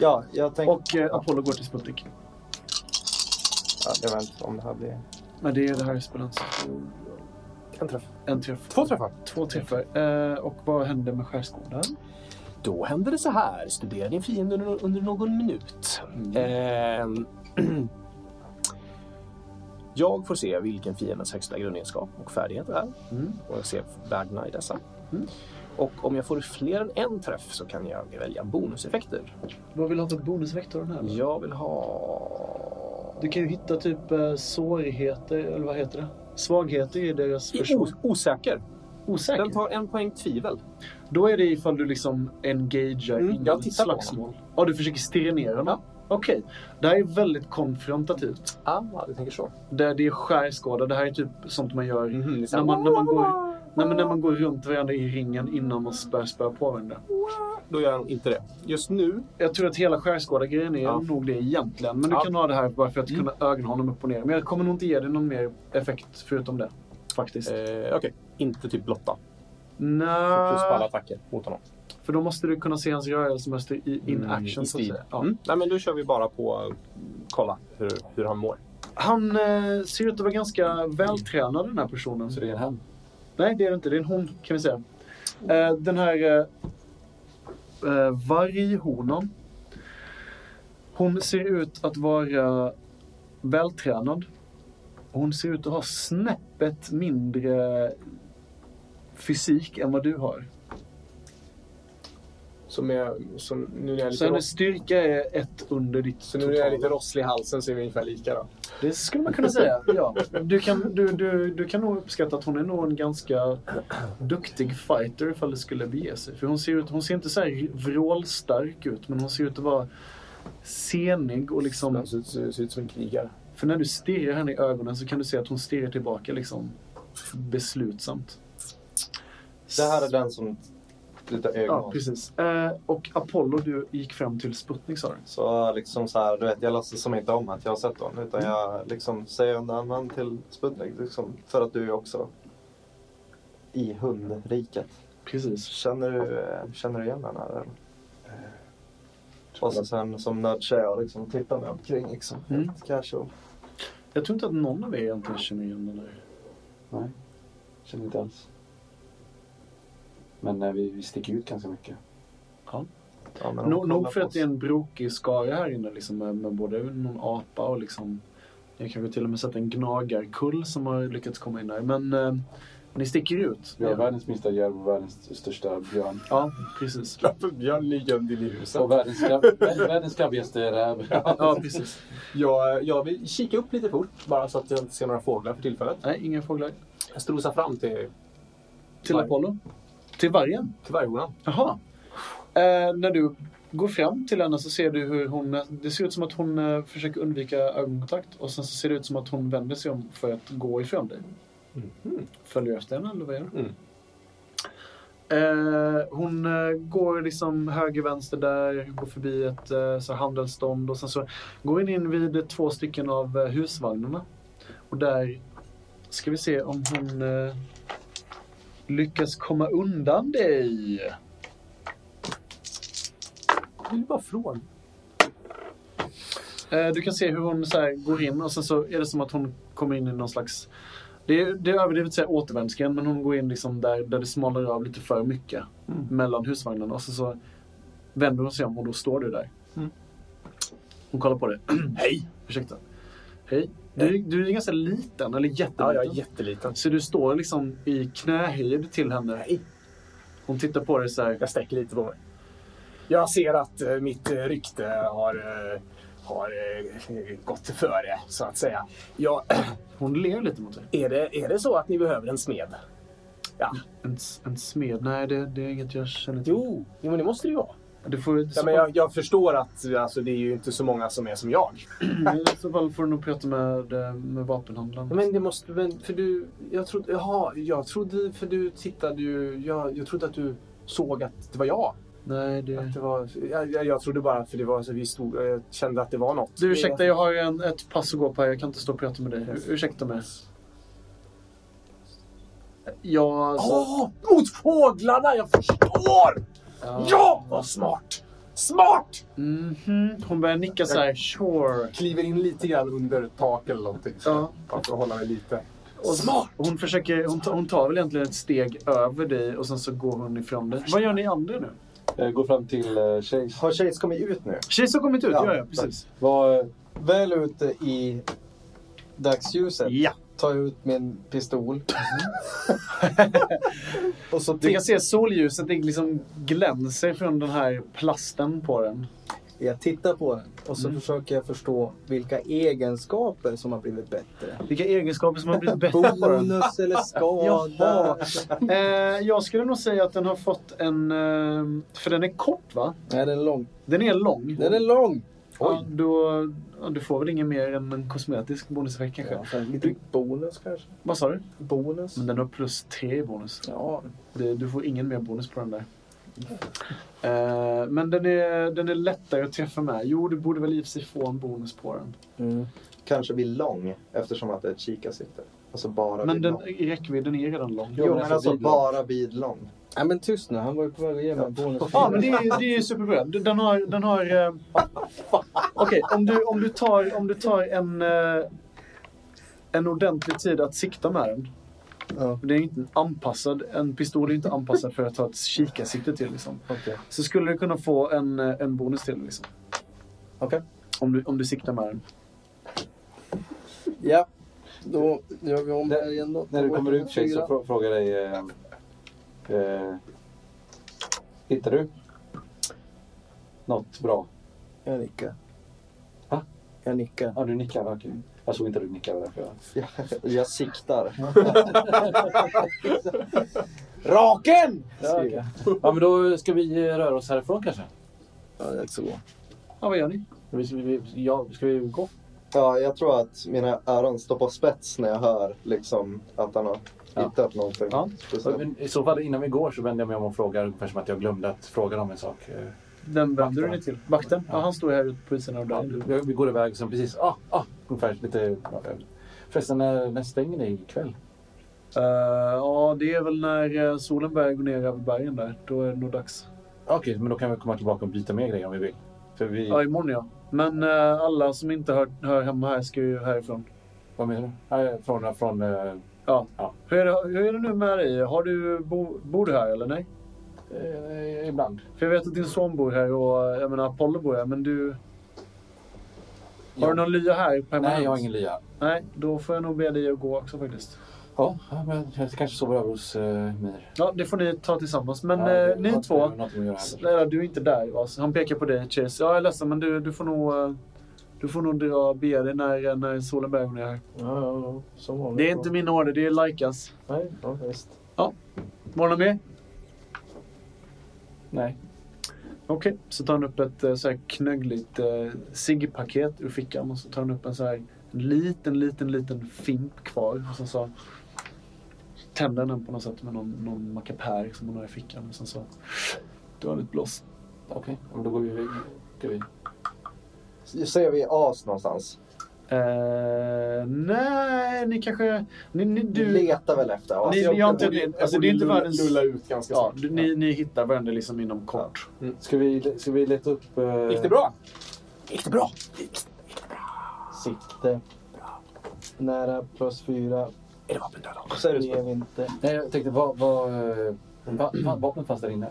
Speaker 7: Ja, jag tänkte...
Speaker 6: Och eh, Apollo går till Sputnik.
Speaker 7: Ja, jag vet inte om det här blir...
Speaker 6: Men det är det här är spännande.
Speaker 4: En träff.
Speaker 6: En träff.
Speaker 4: Två träffar.
Speaker 6: Två träffar. Eh, och vad händer med skärskådan?
Speaker 10: Då händer det så här. Studera din fiende under, under någon minut. Ehm, jag får se vilken fiendens högsta grundegenskap och färdighet är.
Speaker 6: Mm.
Speaker 10: Och jag ser värdena i dessa. Och om jag får fler än en träff så kan jag välja bonuseffekter.
Speaker 6: Vad vill du ha för bonusvektor den här? eller?
Speaker 10: Jag vill ha...
Speaker 6: Du kan ju hitta typ eh, sårigheter, eller vad heter det? Svagheter i deras
Speaker 10: I-
Speaker 6: försvar.
Speaker 10: os- Osäker.
Speaker 6: Osäker.
Speaker 10: Den tar en poäng tvivel.
Speaker 6: Då är det ifall du liksom engagerar
Speaker 10: Mm,
Speaker 6: in
Speaker 10: jag
Speaker 6: i
Speaker 10: tittar på
Speaker 6: slagsmål. Ja, du försöker stirra ner honom? Okej. Det här är väldigt konfrontativt.
Speaker 10: Ah, du tänker så.
Speaker 6: Där det är skärskåda. Det här är typ sånt man gör
Speaker 10: Mhm,
Speaker 6: när, man, när, man går, nej, men när man går runt varandra i ringen innan man spär, spär på varandra.
Speaker 10: Då gör jag inte det. Just nu
Speaker 6: Jag tror att hela skärskåda-grejen är
Speaker 10: Ja.
Speaker 6: nog det egentligen. Men du
Speaker 10: Ja. Mm.
Speaker 6: kan ha det här bara för att kunna ögna honom upp och ner. Men jag kommer nog inte ge dig någon mer effekt förutom det. Faktiskt.
Speaker 10: Eh, Okej, inte typ blotta. Så Plus på alla
Speaker 4: Ah.
Speaker 6: Nej,
Speaker 10: attacker mot honom.
Speaker 6: för då måste du kunna se hans rörelsemönster i, in
Speaker 10: Mm,
Speaker 6: action.
Speaker 10: i
Speaker 6: så att
Speaker 10: strid.
Speaker 6: säga. Ja.
Speaker 10: Mm. Nej, men då kör vi bara på eh, kolla hur, hur han mår.
Speaker 6: Han eh, ser ut att vara ganska vältränad den här personen.
Speaker 8: Så det är en han.
Speaker 6: Nej, det är det inte. Det är en hon, kan vi säga. Eh, den här eh, eh, varghonan. Hon ser ut att vara vältränad. Hon ser ut att ha snäppet mindre fysik än vad du har.
Speaker 4: Som jag, som, nu när jag
Speaker 6: Så
Speaker 4: är lite,
Speaker 6: hennes
Speaker 4: ross,
Speaker 6: styrka är ett under ditt
Speaker 4: så nu när jag är
Speaker 6: totala.
Speaker 4: lite rosslig i halsen så är vi ungefär lika då.
Speaker 6: Det skulle man kunna säga, ja. Du kan, du, du, du kan nog uppskatta att hon är nog en ganska duktig fighter ifall det skulle bege sig. För hon ser, ut, hon ser inte så här vrålstark ut, men hon ser ut att vara senig och liksom...
Speaker 4: Hon
Speaker 7: Alltså-
Speaker 4: ser, ser, ser ut som en krigare.
Speaker 6: För när du stirrar henne i ögonen så kan du se att hon stirrar tillbaka liksom beslutsamt.
Speaker 7: Det här är den som lite ögon.
Speaker 6: Ja, precis. Eh, och Apollo, du gick fram till Sputnik sa du?
Speaker 7: Så liksom så här, du vet, jag låtsas som inte om att jag har sett honom. Utan jag liksom säger undan man till Sputnik. Liksom, för att du är också i hundriket.
Speaker 6: Precis.
Speaker 7: Känner du, eh, känner du igen den här? Eller? Och så sen som nördtjej jag liksom tittar mig omkring liksom.
Speaker 6: Mm.
Speaker 7: Helt casual.
Speaker 6: Jag tror inte att någon av er egentligen känner igen den där.
Speaker 8: Känner inte alls. Men eh, vi, vi sticker ut ganska mycket.
Speaker 7: Ja, men hon
Speaker 6: Nog
Speaker 7: kollar
Speaker 6: nog för
Speaker 7: på
Speaker 6: att det är en brokig skara här inne liksom, med, med både någon apa och liksom... Jag kanske till och med sett en gnagarkull som har lyckats komma in där. Men eh, ni sticker ut.
Speaker 8: Vi har världens minsta järv och världens största björn.
Speaker 6: Ja, precis.
Speaker 4: Björn ligger gömd in i huset.
Speaker 8: Och världens, grabb- vär- världens grabbigaste räv.
Speaker 6: Ja, precis.
Speaker 4: Jag, jag vill kika upp lite fort bara så att jag inte ser några fåglar för tillfället.
Speaker 6: Nej, inga fåglar.
Speaker 4: Jag strosar fram till,
Speaker 6: Till
Speaker 4: Varg.
Speaker 6: Apollo? Till vargen?
Speaker 4: till varghonan.
Speaker 6: Jaha. Eh, när du går fram till henne så ser du hur hon... Det ser ut som att hon eh, försöker undvika ögonkontakt och sen så ser det ut som att hon vänder sig om för att gå ifrån dig. Följer du efter henne eller vad gör du?
Speaker 4: Mm.
Speaker 6: Eh, hon eh, går liksom höger, vänster där, går förbi ett eh, så här handelsstånd och sen så går hon in vid eh, två stycken av eh, husvagnarna. Och där ska vi se om hon eh, lyckas komma undan dig.
Speaker 4: Jag vill bara fråga.
Speaker 6: Eh, Du kan se hur hon så här går in och sen så är det som att hon kommer in i någon slags... Det är, det är överdrivet att säga återvändsgränd, men hon går in liksom där, där det smalnar av lite för mycket
Speaker 4: Mm.
Speaker 6: mellan husvagnarna. Och sen så vänder hon sig om och då står du där.
Speaker 4: Mm.
Speaker 6: Hon kollar på dig. Hej! Ursäkta. Hej. Du, du är ganska liten, eller jätteliten.
Speaker 4: Ja, jag är jätteliten.
Speaker 6: Så du står liksom i knähöjd till henne.
Speaker 4: Nej.
Speaker 6: Hon tittar på dig så här.
Speaker 4: Jag sträcker lite på mig. Jag ser att eh, mitt eh, rykte har, eh, har eh, gått före, så att säga. Ja,
Speaker 6: Hon ler lite mot dig.
Speaker 4: är, det, är det så att ni behöver en smed?
Speaker 6: En, en smed? Nej, det, det är inget jag känner till.
Speaker 4: Jo, jo men det måste det ju vara.
Speaker 6: Du får,
Speaker 4: Ja, men jag, jag förstår att alltså, det är ju inte så många som är som jag.
Speaker 6: Nej, I så fall får du nog prata med, eh, med vapenhandlaren.
Speaker 4: Men det måste väl... För du... Jag trodde... Jaha, jag trodde... För du tittade ju... Jag, jag trodde att du såg att det var jag.
Speaker 6: Nej, det...
Speaker 4: Att det var, jag, jag- jag trodde bara för det var så vi stod... Jag kände att det var något.
Speaker 6: Du, ursäkta, jag har ju en, ett pass att gå på här. Jag kan inte stå och prata med dig. U- Ursäkta mig. Ja, alltså...
Speaker 4: Åh! Mot fåglarna! Jag förstår! Ja! Vad smart! Smart!
Speaker 6: Mhm. Hon börjar nicka så här. Sure.
Speaker 4: Kliver in lite grann under tak eller någonting.
Speaker 6: Ja.
Speaker 4: Bara för att hålla mig lite...
Speaker 6: Och
Speaker 4: Smart!
Speaker 6: Hon, försöker, hon, ta- hon tar väl egentligen ett steg över dig och sen så går hon ifrån dig. Vad gör ni andra nu?
Speaker 8: Eh, Går fram till eh, Chase.
Speaker 7: oss. Har Chase kommit ut nu?
Speaker 6: Tjejs har kommit ut. Ja,
Speaker 7: Ja,
Speaker 6: ja, precis.
Speaker 8: Vad, eh,
Speaker 7: Väl ute i dagsljuset
Speaker 6: Ja.
Speaker 7: tar jag ut min pistol. och så
Speaker 6: Du kan se solljuset. Det liksom glänser från den här plasten på den.
Speaker 9: Jag tittar på den och så
Speaker 6: Mm.
Speaker 9: försöker jag förstå vilka egenskaper som har blivit bättre.
Speaker 6: Vilka egenskaper som har blivit bättre på den.
Speaker 9: Bonus eller skada.
Speaker 6: Jaha. Eh, jag skulle nog säga att den har fått en... Eh, för den är kort, va?
Speaker 9: Nej, den är lång.
Speaker 6: Den är lång.
Speaker 9: Den är lång!
Speaker 6: Ja, då, ja, du får väl ingen mer än en kosmetisk bonuseffekt kanske?
Speaker 9: Lite bonus kanske?
Speaker 6: Vad sa du?
Speaker 9: Bonus?
Speaker 6: Men den har plus tre i bonus.
Speaker 9: Ja,
Speaker 6: Det, du får ingen mer bonus på den där. Eh, men den är, den är lättare att träffa med. Jo, du borde väl i och för sig få en bonus på den.
Speaker 7: kanske blir lång eftersom att det är ett kikarsikte. Alltså bara
Speaker 6: Men
Speaker 7: vid
Speaker 6: den,
Speaker 7: lång.
Speaker 6: räckvidden är redan lång.
Speaker 7: Jo, men alltså bara vid lång.
Speaker 9: Nej men tyst nu, han var ju på väg att ge mig en bonus.
Speaker 6: Ja, men det är, det är superbra. Den har... Den har eh, Okej, om, du, om du tar, om du tar en, eh, en ordentlig tid att sikta med den.
Speaker 9: Ja.
Speaker 6: Det är inte anpassad, en pistol är inte anpassad för att ta ett kikarsikte till. Liksom. Så skulle du kunna få en, eh, en bonus till. Liksom.
Speaker 9: Okej.
Speaker 6: Om du, om du siktar med den.
Speaker 9: Ja, då gör vi om det
Speaker 8: När-
Speaker 9: här igen då.
Speaker 8: När du kommer ut tjej så
Speaker 9: Fyra.
Speaker 8: frå- frågar dig... Eh, eh, hittar du något bra?
Speaker 9: Jag nickar.
Speaker 8: Va?
Speaker 9: Jag nickar.
Speaker 8: Ja, du nickar. Okej. Jag såg inte att du nickade. Därför jag...
Speaker 7: Jag siktar.
Speaker 9: Raken!
Speaker 8: Ja, okej. ja, men då ska vi eh, röra oss härifrån kanske.
Speaker 9: Ja, det är så bra.
Speaker 6: Ja, vad gör ni?
Speaker 8: Vi, vi, vi, ja, ska vi gå?
Speaker 7: Ja, jag tror att mina öron står på spets när jag hör liksom, att han har
Speaker 8: Ja.
Speaker 7: hittat någonting.
Speaker 8: Ja.
Speaker 7: speciellt.
Speaker 8: Men I så fall innan vi går så vänder jag mig om och frågar ungefär som att jag glömde att fråga dem en sak. Eh,
Speaker 6: Den vänder du
Speaker 8: Vakterna.
Speaker 6: dig till. Vakten? Ja, han står här ute på sidan av
Speaker 8: Ja,
Speaker 6: där.
Speaker 8: vi- vi går iväg sen precis. Ah, ah, ungefär lite... ja, eh, Förresten, när, när stänger ni ikväll?
Speaker 6: Eh, Ja, det är väl när eh, solen börjar gå ner över bergen där. Då är det nog dags.
Speaker 8: Okej, men då kan vi komma tillbaka och byta mer grejer om vi vill. För vi...
Speaker 6: Ja, imorgon ja. Men eh, alla som inte hör, hör hemma här ska ju härifrån.
Speaker 8: Vad menar du? Nej, Från... från eh,
Speaker 6: Ja.
Speaker 8: Ja.
Speaker 6: Hur, är det, hur är det nu med dig? Har du, bo, bor du här eller nej?
Speaker 8: eh, ibland.
Speaker 6: För jag vet att din son bor här och eh, jag menar Apollo bor här, men du... Har
Speaker 8: Ja.
Speaker 6: du någon lya här permanent?
Speaker 8: Nej, jag har ingen lya.
Speaker 6: Nej, då får jag nog be dig att gå också faktiskt.
Speaker 8: Ja, ja, men jag kanske sover över hos eh, Mir.
Speaker 6: Ja, det får ni ta tillsammans. Men
Speaker 8: Ja, det-
Speaker 6: eh, ni
Speaker 8: har-
Speaker 6: två,
Speaker 8: har Något att göra här.
Speaker 6: Alltså, Nej, du är inte där. va? Så Han pekar på dig, Chase. Ja, jag är ledsen, men du, du får nog... eh, Du får nog dra be dig när, eh, när solen börjar gå ner här.
Speaker 9: Ja, ja, ja. Som vanligt.
Speaker 6: Det är inte min order, det är Laikas.
Speaker 9: Nej, ja, visst.
Speaker 6: Var det något mer?
Speaker 8: Nej.
Speaker 6: Okej, så tar han upp ett eh, så här knöggligt eh, ciggpaket ur fickan och så tar han upp en så här liten, liten, liten fimp kvar. Och sen så tänder han den på något sätt med någon, någon mackapär som hon har i fickan. Och sen så... Du har ett blås.
Speaker 8: Okej, men då går vi... Går vi.
Speaker 7: Ser vi as någonstans?
Speaker 6: Eh, nej, ni kanske... Ni, ni,
Speaker 7: Du
Speaker 6: du,
Speaker 7: letar väl efter as?
Speaker 6: Ni-
Speaker 4: jag,
Speaker 6: ni har inte-
Speaker 4: borde, ju- jag
Speaker 6: alltså,
Speaker 4: borde
Speaker 6: det är
Speaker 4: ju
Speaker 6: inte
Speaker 4: lulla,
Speaker 6: världens-
Speaker 4: lulla ut ganska
Speaker 6: ja,
Speaker 4: snart.
Speaker 6: du, ni, ni hittar varandra liksom inom kort.
Speaker 8: Ska, vi ska vi leta upp... eh,
Speaker 4: Gick det bra?
Speaker 9: Sikte. Nära plus fyra.
Speaker 7: Ser du
Speaker 9: Blev inte.
Speaker 8: Nej, jag tänkte, vad... vad eh, va, va, vapnet fanns där inne?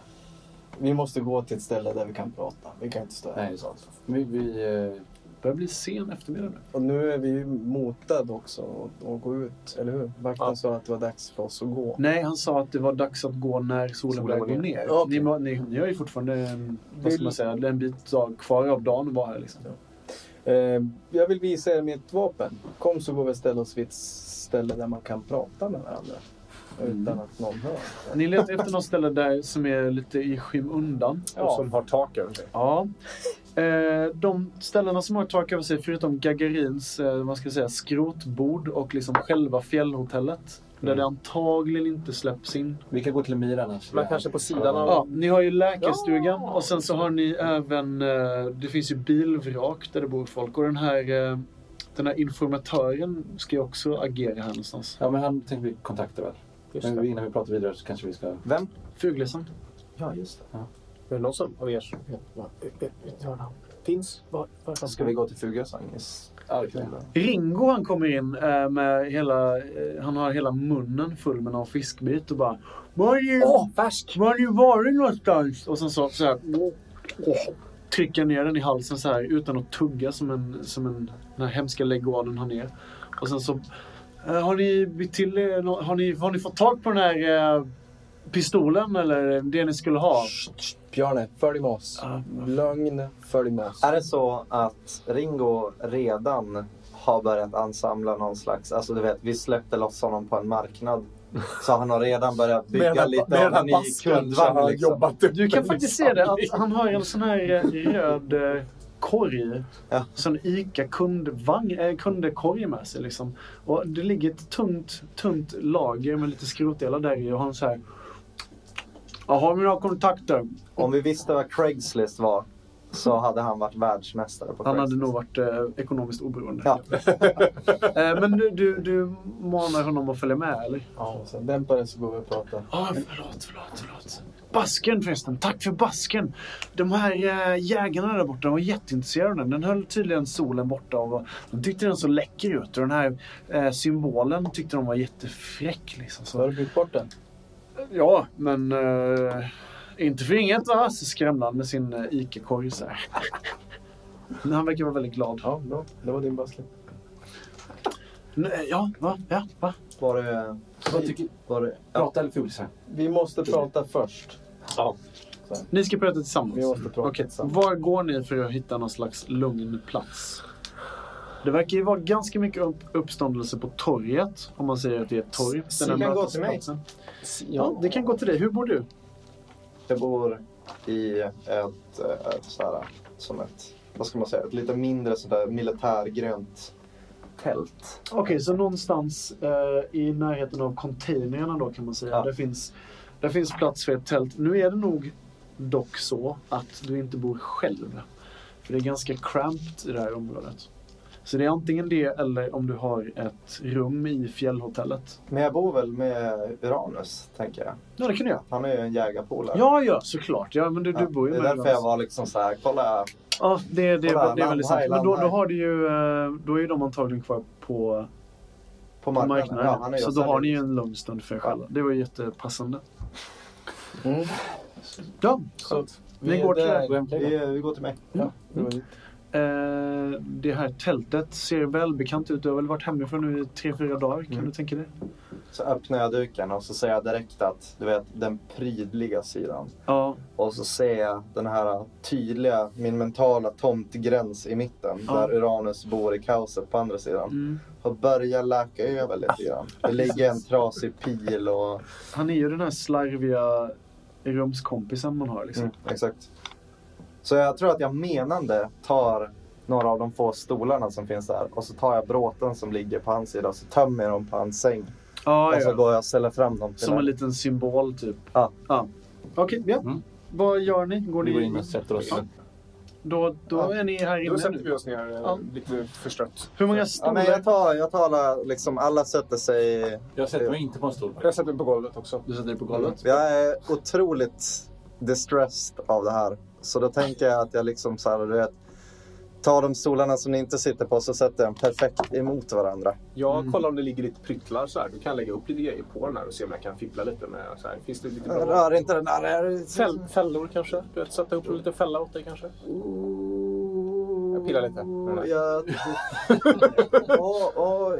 Speaker 9: Vi måste gå till ett ställe där vi kan prata. Vi kan inte stå här.
Speaker 8: Nej, det är sant. Vi, vi, eh,
Speaker 6: Det börjar bli sen eftermiddag nu.
Speaker 9: Och nu är vi ju motad också att gå ut, eller hur? Vakten sa att det var dags för oss att gå.
Speaker 6: Nej, han sa att det var dags att gå när solen börjar gå ner. Ni, må- ni, ni har ju fortfarande en, vad ska man säga, en bit dag kvar av dagen att vara här. Liksom.
Speaker 9: Eh, jag vill visa er mitt vapen. Kom så går vi och ställer oss vid ett ställe där man kan prata med varandra.
Speaker 8: Mm.
Speaker 9: Utan att någon hör.
Speaker 6: Ni letar efter något ställe där som är lite i skymundan.
Speaker 4: Och som har tak över sig.
Speaker 6: Ja. Eh, de ställena som har tak över sig, förutom Gagarins eh, vad ska jag säga, skrotbord och liksom själva fjällhotellet, där det antagligen inte släpps in.
Speaker 8: vi kan gå till Mir annars.
Speaker 10: Men kanske på sidan av...
Speaker 6: Ja, ni har ju läkarstugan och sen så har ni även, eh, det finns ju bilvrak där det bor folk och den här, eh, den här informatören ska ju också agera här någonstans.
Speaker 8: Ja, men han tänkte vi kontakta väl.
Speaker 10: Just
Speaker 8: Men
Speaker 10: det.
Speaker 8: vi- innan vi pratar vidare så kanske vi ska...
Speaker 6: Fuglesang.
Speaker 10: Ja, just det.
Speaker 8: Ja.
Speaker 10: Är det någon som av er som vet vad utgörarna finns? Var, var
Speaker 7: Ska vi gå till Fuglesang?
Speaker 8: Ja, det kan vi.
Speaker 6: Ringo han kommer in eh, med hela, eh, han har hela munnen full med någon fiskbit och bara Var har ni-
Speaker 10: Åh, färsk!
Speaker 6: var har ni varit någonstans? Och sen så, så här, trycker ner den i halsen så här utan att tugga som en, som en den här hemska leguanen har ner. Och sen så eh, har ni, bytt till, er nå- har ni, har ni fått tag på den här eh, pistolen eller det ni skulle ha?
Speaker 9: Bjarne, följ med oss.
Speaker 6: Ja. Äh,
Speaker 9: Lögn, följ med oss.
Speaker 7: Är det så att Ringo redan har börjat ansamla någon slags... Alltså du vet, vi släppte loss honom på en marknad. Så han har redan börjat bygga lite av en ny kundvagn. Liksom.
Speaker 6: Du kan faktiskt se det att han har en sån här eh, röd eh, korg.
Speaker 7: Ja.
Speaker 6: Sån ICA kundvagn, eh, kundkorg med sig liksom. Och det ligger ett tunt, tunt lager med lite skrotdelar där i och han säger jag har mina kontakter.
Speaker 7: Om vi visste vad Craigslist var så hade han varit världsmästare på
Speaker 6: Han
Speaker 7: Craigslist.
Speaker 6: hade nog varit eh, ekonomiskt oberoende.
Speaker 7: Ja.
Speaker 6: eh, men du, du, du manar honom att följa med eller?
Speaker 9: Ja, så dämpa den så går vi och pratar.
Speaker 6: Ja, Ah, förlåt, förlåt, förlåt. Basken förresten, tack för basken. De här eh, jägarna där borta, de var jätteintresserade av den. Den höll tydligen solen borta och var, de tyckte den såg läcker ut. Och den här eh, symbolen tyckte de var jättefräck liksom.
Speaker 9: Så har
Speaker 6: Så,
Speaker 9: du bytt bort den?
Speaker 6: ja, men eh, inte för inget va? Så skramlade han med sin eh, Ica-korg så här. Men han verkar vara väldigt glad.
Speaker 9: Ja, bra. Det var din bassling.
Speaker 6: Nej, eh, Ja, va? Ja, va?
Speaker 7: Var det...
Speaker 8: Vad tycker,
Speaker 7: Var det ja.
Speaker 8: prata eller fulsa?
Speaker 9: Vi måste prata först.
Speaker 6: Ni ska prata
Speaker 9: Vi
Speaker 6: tillsammans.
Speaker 9: måste prata
Speaker 6: Okej,
Speaker 9: tillsammans.
Speaker 6: var går ni för att hitta någon slags lugn plats? Det verkar ju vara ganska mycket upp uppståndelse på torget, om man säger att det är ett torg.
Speaker 7: Så
Speaker 6: den här
Speaker 7: det kan gå till mig.
Speaker 6: mötesplatsen. Ja, det kan gå till dig. Hur bor du?
Speaker 7: Jag bor i ett, eh, ett så här, som ett, vad ska man säga, ett lite mindre sådär militärgrönt tält.
Speaker 6: Okej, så någonstans eh, i närheten av containrarna då kan man säga.
Speaker 7: Ja.
Speaker 6: Där, finns, där finns plats för ett tält. Nu är det nog dock så att du inte bor själv. För det är ganska cramped i det här området. Så det är antingen det eller om du har ett rum i fjällhotellet.
Speaker 7: Men jag bor väl med Uranus, tänker jag.
Speaker 6: Ja, det kan du göra.
Speaker 7: Han är ju en jägarpolare.
Speaker 6: Ja, ja, såklart. Ja, men du,
Speaker 7: Ja,
Speaker 6: du bor ju
Speaker 7: Det är
Speaker 6: med
Speaker 7: därför jag var liksom så här, kolla.
Speaker 6: Ja, det, det, det,
Speaker 7: Kolla,
Speaker 6: det är väldigt sant.
Speaker 7: Landhaj,
Speaker 6: Men då, då
Speaker 7: Landhaj.
Speaker 6: har du ju, eh, då är ju de antagligen kvar på
Speaker 7: På
Speaker 6: på
Speaker 7: marknaden.
Speaker 6: marknaden.
Speaker 7: Ja, han är
Speaker 6: så
Speaker 7: ju
Speaker 6: då har ni
Speaker 7: säljer.
Speaker 6: ju en lugn stund för er
Speaker 7: Ja.
Speaker 6: själva. Det var ju jättepassande.
Speaker 7: Mm.
Speaker 6: Ja,
Speaker 9: Så
Speaker 6: Ni går till-
Speaker 7: Vi, vi går till mig.
Speaker 6: eh, det här tältet ser välbekant ut. Du har väl varit hemifrån nu i tre, fyra dagar? Kan
Speaker 7: Mm.
Speaker 6: du tänka dig?
Speaker 7: Så öppnar jag duken och så säger jag direkt att du vet den prydliga sidan.
Speaker 6: Ja,
Speaker 7: Och så ser jag den här tydliga, min mentala tomtgräns i mitten.
Speaker 6: Ja.
Speaker 7: Där Uranus bor i kaoset på andra sidan.
Speaker 6: mm.
Speaker 7: har börjat läka över lite grann. Det ligger en trasig pil och...
Speaker 6: Han är ju den här slarviga rumskompisen man har. Liksom.
Speaker 7: Mm, exakt. Så jag tror att jag menande tar några av de få stolarna som finns där och så tar jag bråten som ligger på hans sida och så tömmer jag dem på hans säng.
Speaker 6: Ja,
Speaker 7: och
Speaker 6: ja.
Speaker 7: så Alltså, går jag och ställer fram dem till
Speaker 6: Som en
Speaker 7: honom.
Speaker 6: liten symbol typ.
Speaker 7: Ja.
Speaker 6: ja. Okej, ja.
Speaker 8: Mm.
Speaker 6: Vad gör ni? Går
Speaker 8: Vi
Speaker 6: ni
Speaker 8: går in och sätter oss.
Speaker 6: Ja. Då, då
Speaker 4: Ja.
Speaker 6: är ni här
Speaker 4: Då
Speaker 6: inne
Speaker 4: sätter
Speaker 6: nu.
Speaker 4: vi oss ner eh,
Speaker 6: Ja.
Speaker 4: lite förstrött.
Speaker 6: Hur många
Speaker 7: Ja,
Speaker 6: stolar?
Speaker 7: men jag, tar, jag talar liksom, alla sätter sig...
Speaker 8: Jag sätter mig inte på en stol.
Speaker 4: Jag sätter mig på golvet också.
Speaker 6: Du sätter dig på golvet.
Speaker 7: Mm. Jag är otroligt distressed av det här. Så då tänker jag att jag liksom så här, du vet, tar de stolarna som ni inte sitter på så sätter jag dem perfekt emot varandra.
Speaker 4: Jag kollar om det ligger lite pryttlar så här. Då kan jag lägga upp lite grejer på den här och se om jag kan fippla lite med så här. Finns det lite bra...
Speaker 7: Rör inte den där. det är-
Speaker 4: Fäll, fällor kanske? Du vet, sätta upp en liten fälla åt dig kanske? Jag pillar lite.
Speaker 7: Åh, Jag... Åh, åh.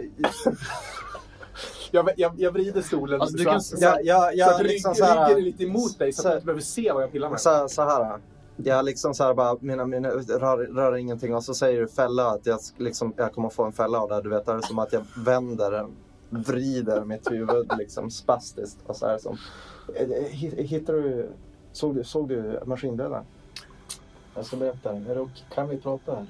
Speaker 4: Jag, jag, jag vrider stolen
Speaker 6: Alltså, du
Speaker 4: så,
Speaker 6: kan-
Speaker 4: att- så,
Speaker 7: Jag, jag,
Speaker 4: så att
Speaker 7: jag liksom så
Speaker 4: ryggen, ryggen är
Speaker 7: här...
Speaker 4: lite emot dig så,
Speaker 7: så-
Speaker 4: att du inte behöver se vad jag pillar med.
Speaker 7: Så, så här. Jag liksom så här bara, mina, mina, rör, rör ingenting och så säger du fälla att jag, liksom, jag kommer få en fälla av det här. Du vet, det är som att jag vänder, vrider mitt huvud liksom spastiskt. Och så här som, Eh, hitt- hittar du, såg du, såg du maskindödaren?
Speaker 9: Jag ska berätta. Är det ok- Kan vi prata här?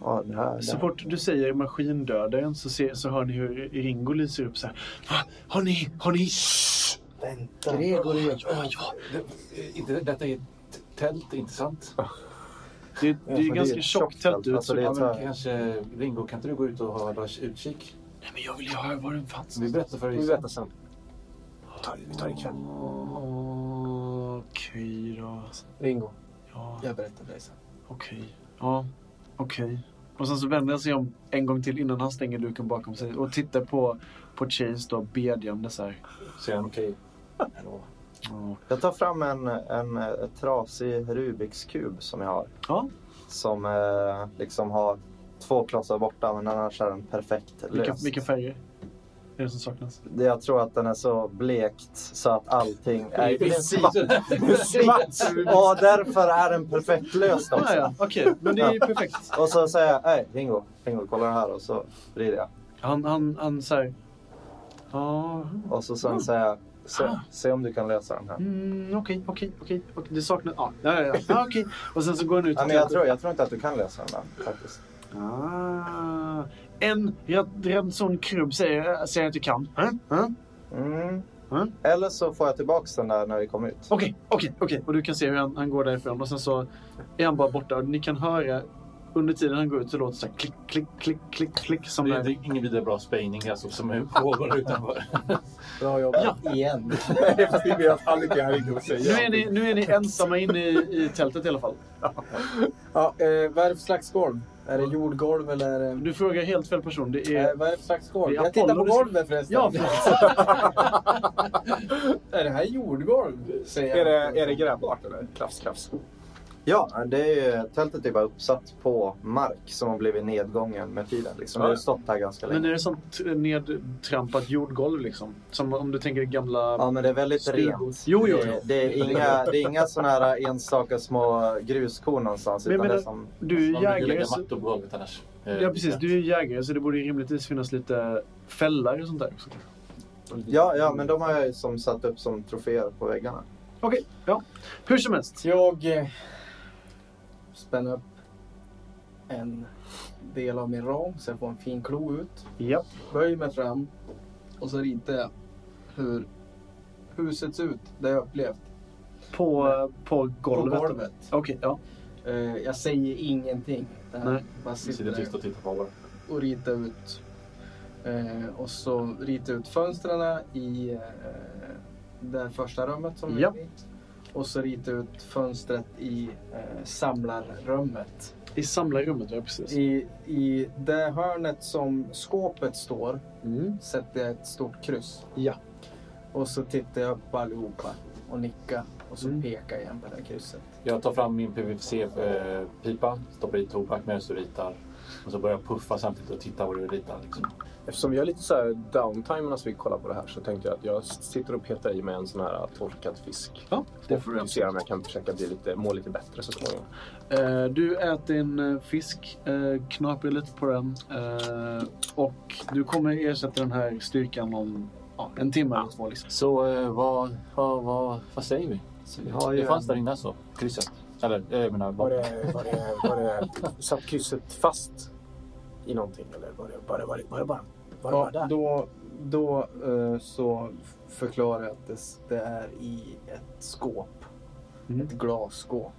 Speaker 7: Ja, det här.
Speaker 6: Så fort du säger maskindödaren så, ser, så hör ni hur Ringo lyser upp så här. Va? Har ni? Har ni? Shh!
Speaker 9: Vänta.
Speaker 8: Det- Inte, detta är ett tält, inte sant?
Speaker 6: Det, är- det är
Speaker 7: men
Speaker 6: ju
Speaker 7: det är
Speaker 6: ganska
Speaker 7: ett
Speaker 6: tjockt
Speaker 7: tjockt
Speaker 6: tält ut.
Speaker 7: alltså,
Speaker 6: så-
Speaker 7: det är
Speaker 8: Ja,
Speaker 7: ett-
Speaker 8: men kanske, Ringo, kan inte du gå ut och hålla utkik?
Speaker 6: Nej, men jag vill ju höra var den fanns.
Speaker 8: Vi berättar för dig
Speaker 4: Vi
Speaker 8: sen.
Speaker 4: berättar sen. Vi tar, vi tar det ikväll.
Speaker 6: Okej då.
Speaker 9: Ringo.
Speaker 6: Ja,
Speaker 9: Jag berättar för dig sen.
Speaker 6: okej. Ja, okej. Och sen så vänder jag sig om en gång till innan han stänger duken bakom sig och tittar på, på Chase då bedjande så här.
Speaker 8: Säger han okej. Hallå.
Speaker 6: Ja.
Speaker 7: Jag tar fram en, en, eh, trasig Rubiks kub som jag har.
Speaker 6: Ja.
Speaker 7: Som eh, liksom har två klossar borta men annars är den perfekt
Speaker 6: Vilka,
Speaker 7: löst.
Speaker 6: vilka färger är det som saknas?
Speaker 7: Det- Jag tror att den är så blekt så att allting är
Speaker 8: Precis.
Speaker 7: svart. svart. Och därför är den perfekt löst
Speaker 6: Ah,
Speaker 7: också.
Speaker 6: ja, okej. Men det är ju perfekt.
Speaker 7: Och så säger jag, hej Ringo, Ringo kolla det här och så vrider jag.
Speaker 6: Han, han, han så här. Ja,
Speaker 7: Och så sen säger jag, se, se om du kan lösa den här.
Speaker 6: mm, okej, okej, okej. okej. Det saknas... Ja, ja, ja, ja okej. Och sen så går han alltså- ut.
Speaker 7: Ja, men jag, tror, jag tror inte att du kan lösa den där faktiskt.
Speaker 6: Ah, en Red- Redson Krubb säger, säger att du kan. Hä? Hä?
Speaker 7: Mm.
Speaker 6: Mm.
Speaker 7: Eller så får jag tillbaka den där när vi kommer ut.
Speaker 6: Okej, okej, okej. Och du kan se hur han, han går därifrån och sen så är han bara borta. Och ni kan höra under tiden han går ut så låter det så här klick, klick, klick, klick, klick. Som
Speaker 8: Det är, det
Speaker 6: när...
Speaker 8: är ingen vidare bra spejning alltså, som pågår utanför.
Speaker 9: Bra jobbat. Igen.
Speaker 4: Fast vi vet att han inte är inne och
Speaker 6: nu, är
Speaker 4: säger.
Speaker 6: ni, nu är ni ensamma inne i, i tältet i alla fall.
Speaker 9: Ja, eh, vad är det för slags golv? Är det jordgolv eller? Är det...
Speaker 6: Du frågar helt fel person. Det
Speaker 9: Eh,
Speaker 6: är...
Speaker 9: vad är det för slags golv?
Speaker 6: Det är
Speaker 9: Jag tittar på
Speaker 6: Apollo du ser-
Speaker 9: golvet förresten.
Speaker 6: Ja,
Speaker 9: Är det här jordgolv? Säger
Speaker 4: Är
Speaker 9: jag.
Speaker 4: det, är det grävbart eller? Klaffs, klaffs.
Speaker 7: Ja, det är, tältet är bara uppsatt på mark som har blivit nedgången med tiden. Liksom. Det har ju stått här ganska länge.
Speaker 6: Men är det sånt nedtrampat jordgolv liksom? Som om du tänker gamla...
Speaker 7: Ja, men det är väldigt
Speaker 6: Stugor.
Speaker 7: rent.
Speaker 6: Jo, jo, jo.
Speaker 7: Det, det är inga, det är inga sådana här enstaka små gruskorn någonstans.
Speaker 6: Men jag
Speaker 7: Utan det är
Speaker 6: menar, Du är
Speaker 7: som,
Speaker 8: Man vill ju
Speaker 6: jägare.
Speaker 8: lägga
Speaker 6: Så...
Speaker 8: mattor på golvet annars. Eh,
Speaker 6: Ja, precis. Du är jägare så det borde ju rimligtvis finnas lite fällar och sånt där också.
Speaker 7: ja, ja, men de har jag ju som satt upp som troféer på väggarna.
Speaker 6: Okej, ja. Hur som helst.
Speaker 9: Jag eh, spänner upp en del av min ram så jag får en fin klo ut.
Speaker 6: Ja.
Speaker 9: Böjer mig fram och så ritar jag hur huset ser ut, det jag upplevt.
Speaker 6: På, på golvet.
Speaker 9: På golvet.
Speaker 6: Okej, ja.
Speaker 9: Eh, jag säger ingenting. Det här
Speaker 6: Nej.
Speaker 9: Bara
Speaker 8: Du
Speaker 9: sitter
Speaker 8: sitter
Speaker 9: där
Speaker 8: tyst och tittar på bara.
Speaker 9: och ritar ut. Eh, och så ritar jag ut fönstren i eh, det första rummet som
Speaker 6: Ja.
Speaker 9: är mitt. Och så ritar jag ut fönstret i eh, samlarrummet.
Speaker 6: I samlarrummet, ja precis.
Speaker 9: I, I det hörnet som skåpet står
Speaker 6: Mm.
Speaker 9: sätter jag ett stort kryss.
Speaker 6: Ja.
Speaker 9: Och så tittar jag upp allihopa och nickar och så
Speaker 6: Mm.
Speaker 9: pekar jag igen på det här krysset.
Speaker 8: Jag tar fram min PVC-pipa, eh, stoppar i tobak medan du ritar. Och så börjar jag puffa samtidigt och titta vad du ritar. Liksom.
Speaker 4: Eftersom vi har lite så här downtime när vi kollar på det här så tänkte jag att jag sitter och petar i mig en sån här äh, torkad fisk.
Speaker 6: Ja,
Speaker 4: det får du se om jag kan försöka bli lite, må lite bättre så småningom.
Speaker 6: Eh, du äter en eh, fisk, eh, knaprar lite på den eh, och du kommer ersätta den här styrkan om ja, en timme eller två. Liksom.
Speaker 8: Så eh, vad, vad, vad, vad säger vi?
Speaker 7: vi har ju
Speaker 8: det fanns
Speaker 7: en-
Speaker 8: där inne alltså, krysset. Eller eh, jag menar,
Speaker 1: Var
Speaker 8: bara,
Speaker 1: det, var det, var det, satt krysset fast i någonting eller var det, var det, var det, var det bara, var det bara
Speaker 9: Ja,
Speaker 1: där?
Speaker 9: då då eh, så förklarar jag att det, s- det är i ett skåp.
Speaker 6: Mm.
Speaker 9: Ett glasskåp.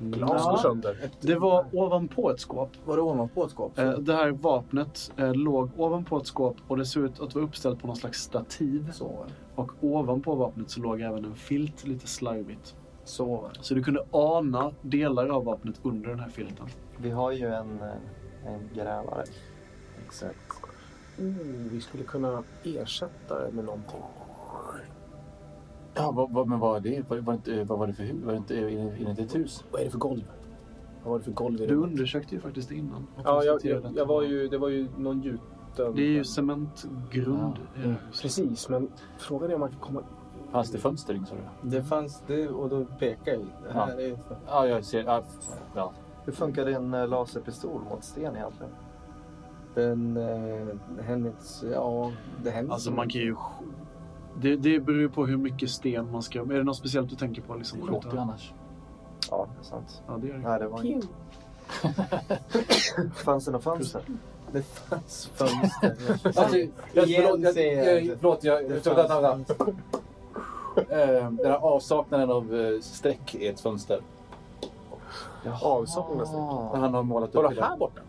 Speaker 4: Mm.
Speaker 1: Glas går sönder.
Speaker 6: Det var ovanpå ett skåp.
Speaker 9: Var det ovanpå ett skåp?
Speaker 6: Eh, det här vapnet eh, låg ovanpå ett skåp och det såg ut att vara uppställt på någon slags stativ.
Speaker 9: Så,
Speaker 6: Och ovanpå vapnet så låg även en filt lite slarvigt.
Speaker 9: så.
Speaker 6: Så du kunde ana delar av vapnet under den här filten.
Speaker 7: Vi har ju en, eh, en grävare.
Speaker 1: Exakt. Oh, vi skulle kunna ersätta det med någonting.
Speaker 8: ja, vad, vad, men vad är det? Var, var inte, vad var det för hus? Var det inte, eh, är det inte ett hus?
Speaker 1: Vad är det för golv? Vad var det för golv i
Speaker 6: Du
Speaker 1: rummet?
Speaker 6: undersökte ju faktiskt det innan. och
Speaker 4: Ja, jag,
Speaker 6: konstaterade
Speaker 4: jag,
Speaker 6: att
Speaker 4: jag var
Speaker 6: det
Speaker 4: ju, det var ju någon gjuten...
Speaker 6: Det är ju cementgrund. Eh, i det här huset.
Speaker 1: Precis, men frågan är om man kan komma...
Speaker 8: Fanns det fönster in sa du?
Speaker 9: Det fanns det och då pekar jag. i. Det här är ett
Speaker 8: Ja, jag ser. Ja, ja.
Speaker 7: Hur funkar din eh, laserpistol mot sten egentligen?
Speaker 9: Den eh, händer inte så... Ja, det händer
Speaker 6: Alltså
Speaker 9: så
Speaker 6: man
Speaker 9: mycket.
Speaker 6: kan ju... Det, det beror ju på hur mycket sten man ska... Är det något speciellt du tänker på? Liksom,
Speaker 8: Skjuter du
Speaker 6: skjuta?
Speaker 8: annars?
Speaker 7: Ja, det är sant.
Speaker 6: Ja, det är det.
Speaker 7: Nej, det var inte. Fanns det något fönster?
Speaker 9: Det fanns fönster.
Speaker 8: Alltså, jag,
Speaker 9: Igen
Speaker 8: förlåt,
Speaker 9: säger
Speaker 8: jag,
Speaker 9: jag.
Speaker 8: jag, förlåt, jag, jag, vänta, vänta, vänta. Eh, Den här avsaknaden av eh, streck är ett fönster.
Speaker 4: Avsaknas det?
Speaker 7: Ah,
Speaker 8: Han har målat
Speaker 4: Var
Speaker 8: upp
Speaker 4: det här borta?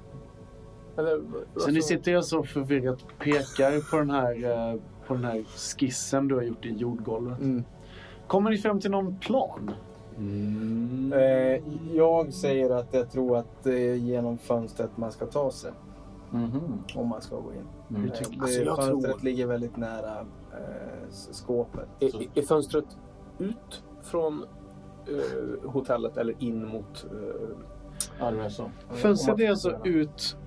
Speaker 4: Eller, alltså,
Speaker 6: Så ni sitter alltså förvirrat och pekar på den, här, eh, på den här skissen du har gjort i jordgolvet.
Speaker 9: Mm.
Speaker 6: Kommer ni fram till någon plan?
Speaker 8: Mm.
Speaker 9: Eh, jag säger att jag tror att det är genom fönstret man ska ta sig
Speaker 8: Mhm.
Speaker 9: om man ska gå in.
Speaker 8: Mm.
Speaker 9: Eh, det,
Speaker 1: alltså, jag
Speaker 9: fönstret
Speaker 1: tror-
Speaker 9: ligger väldigt nära eh, s- skåpet.
Speaker 4: är, är fönstret ut från eh, hotellet eller in mot... eh,
Speaker 8: Ja, det är så.
Speaker 6: Fönstret är alltså ut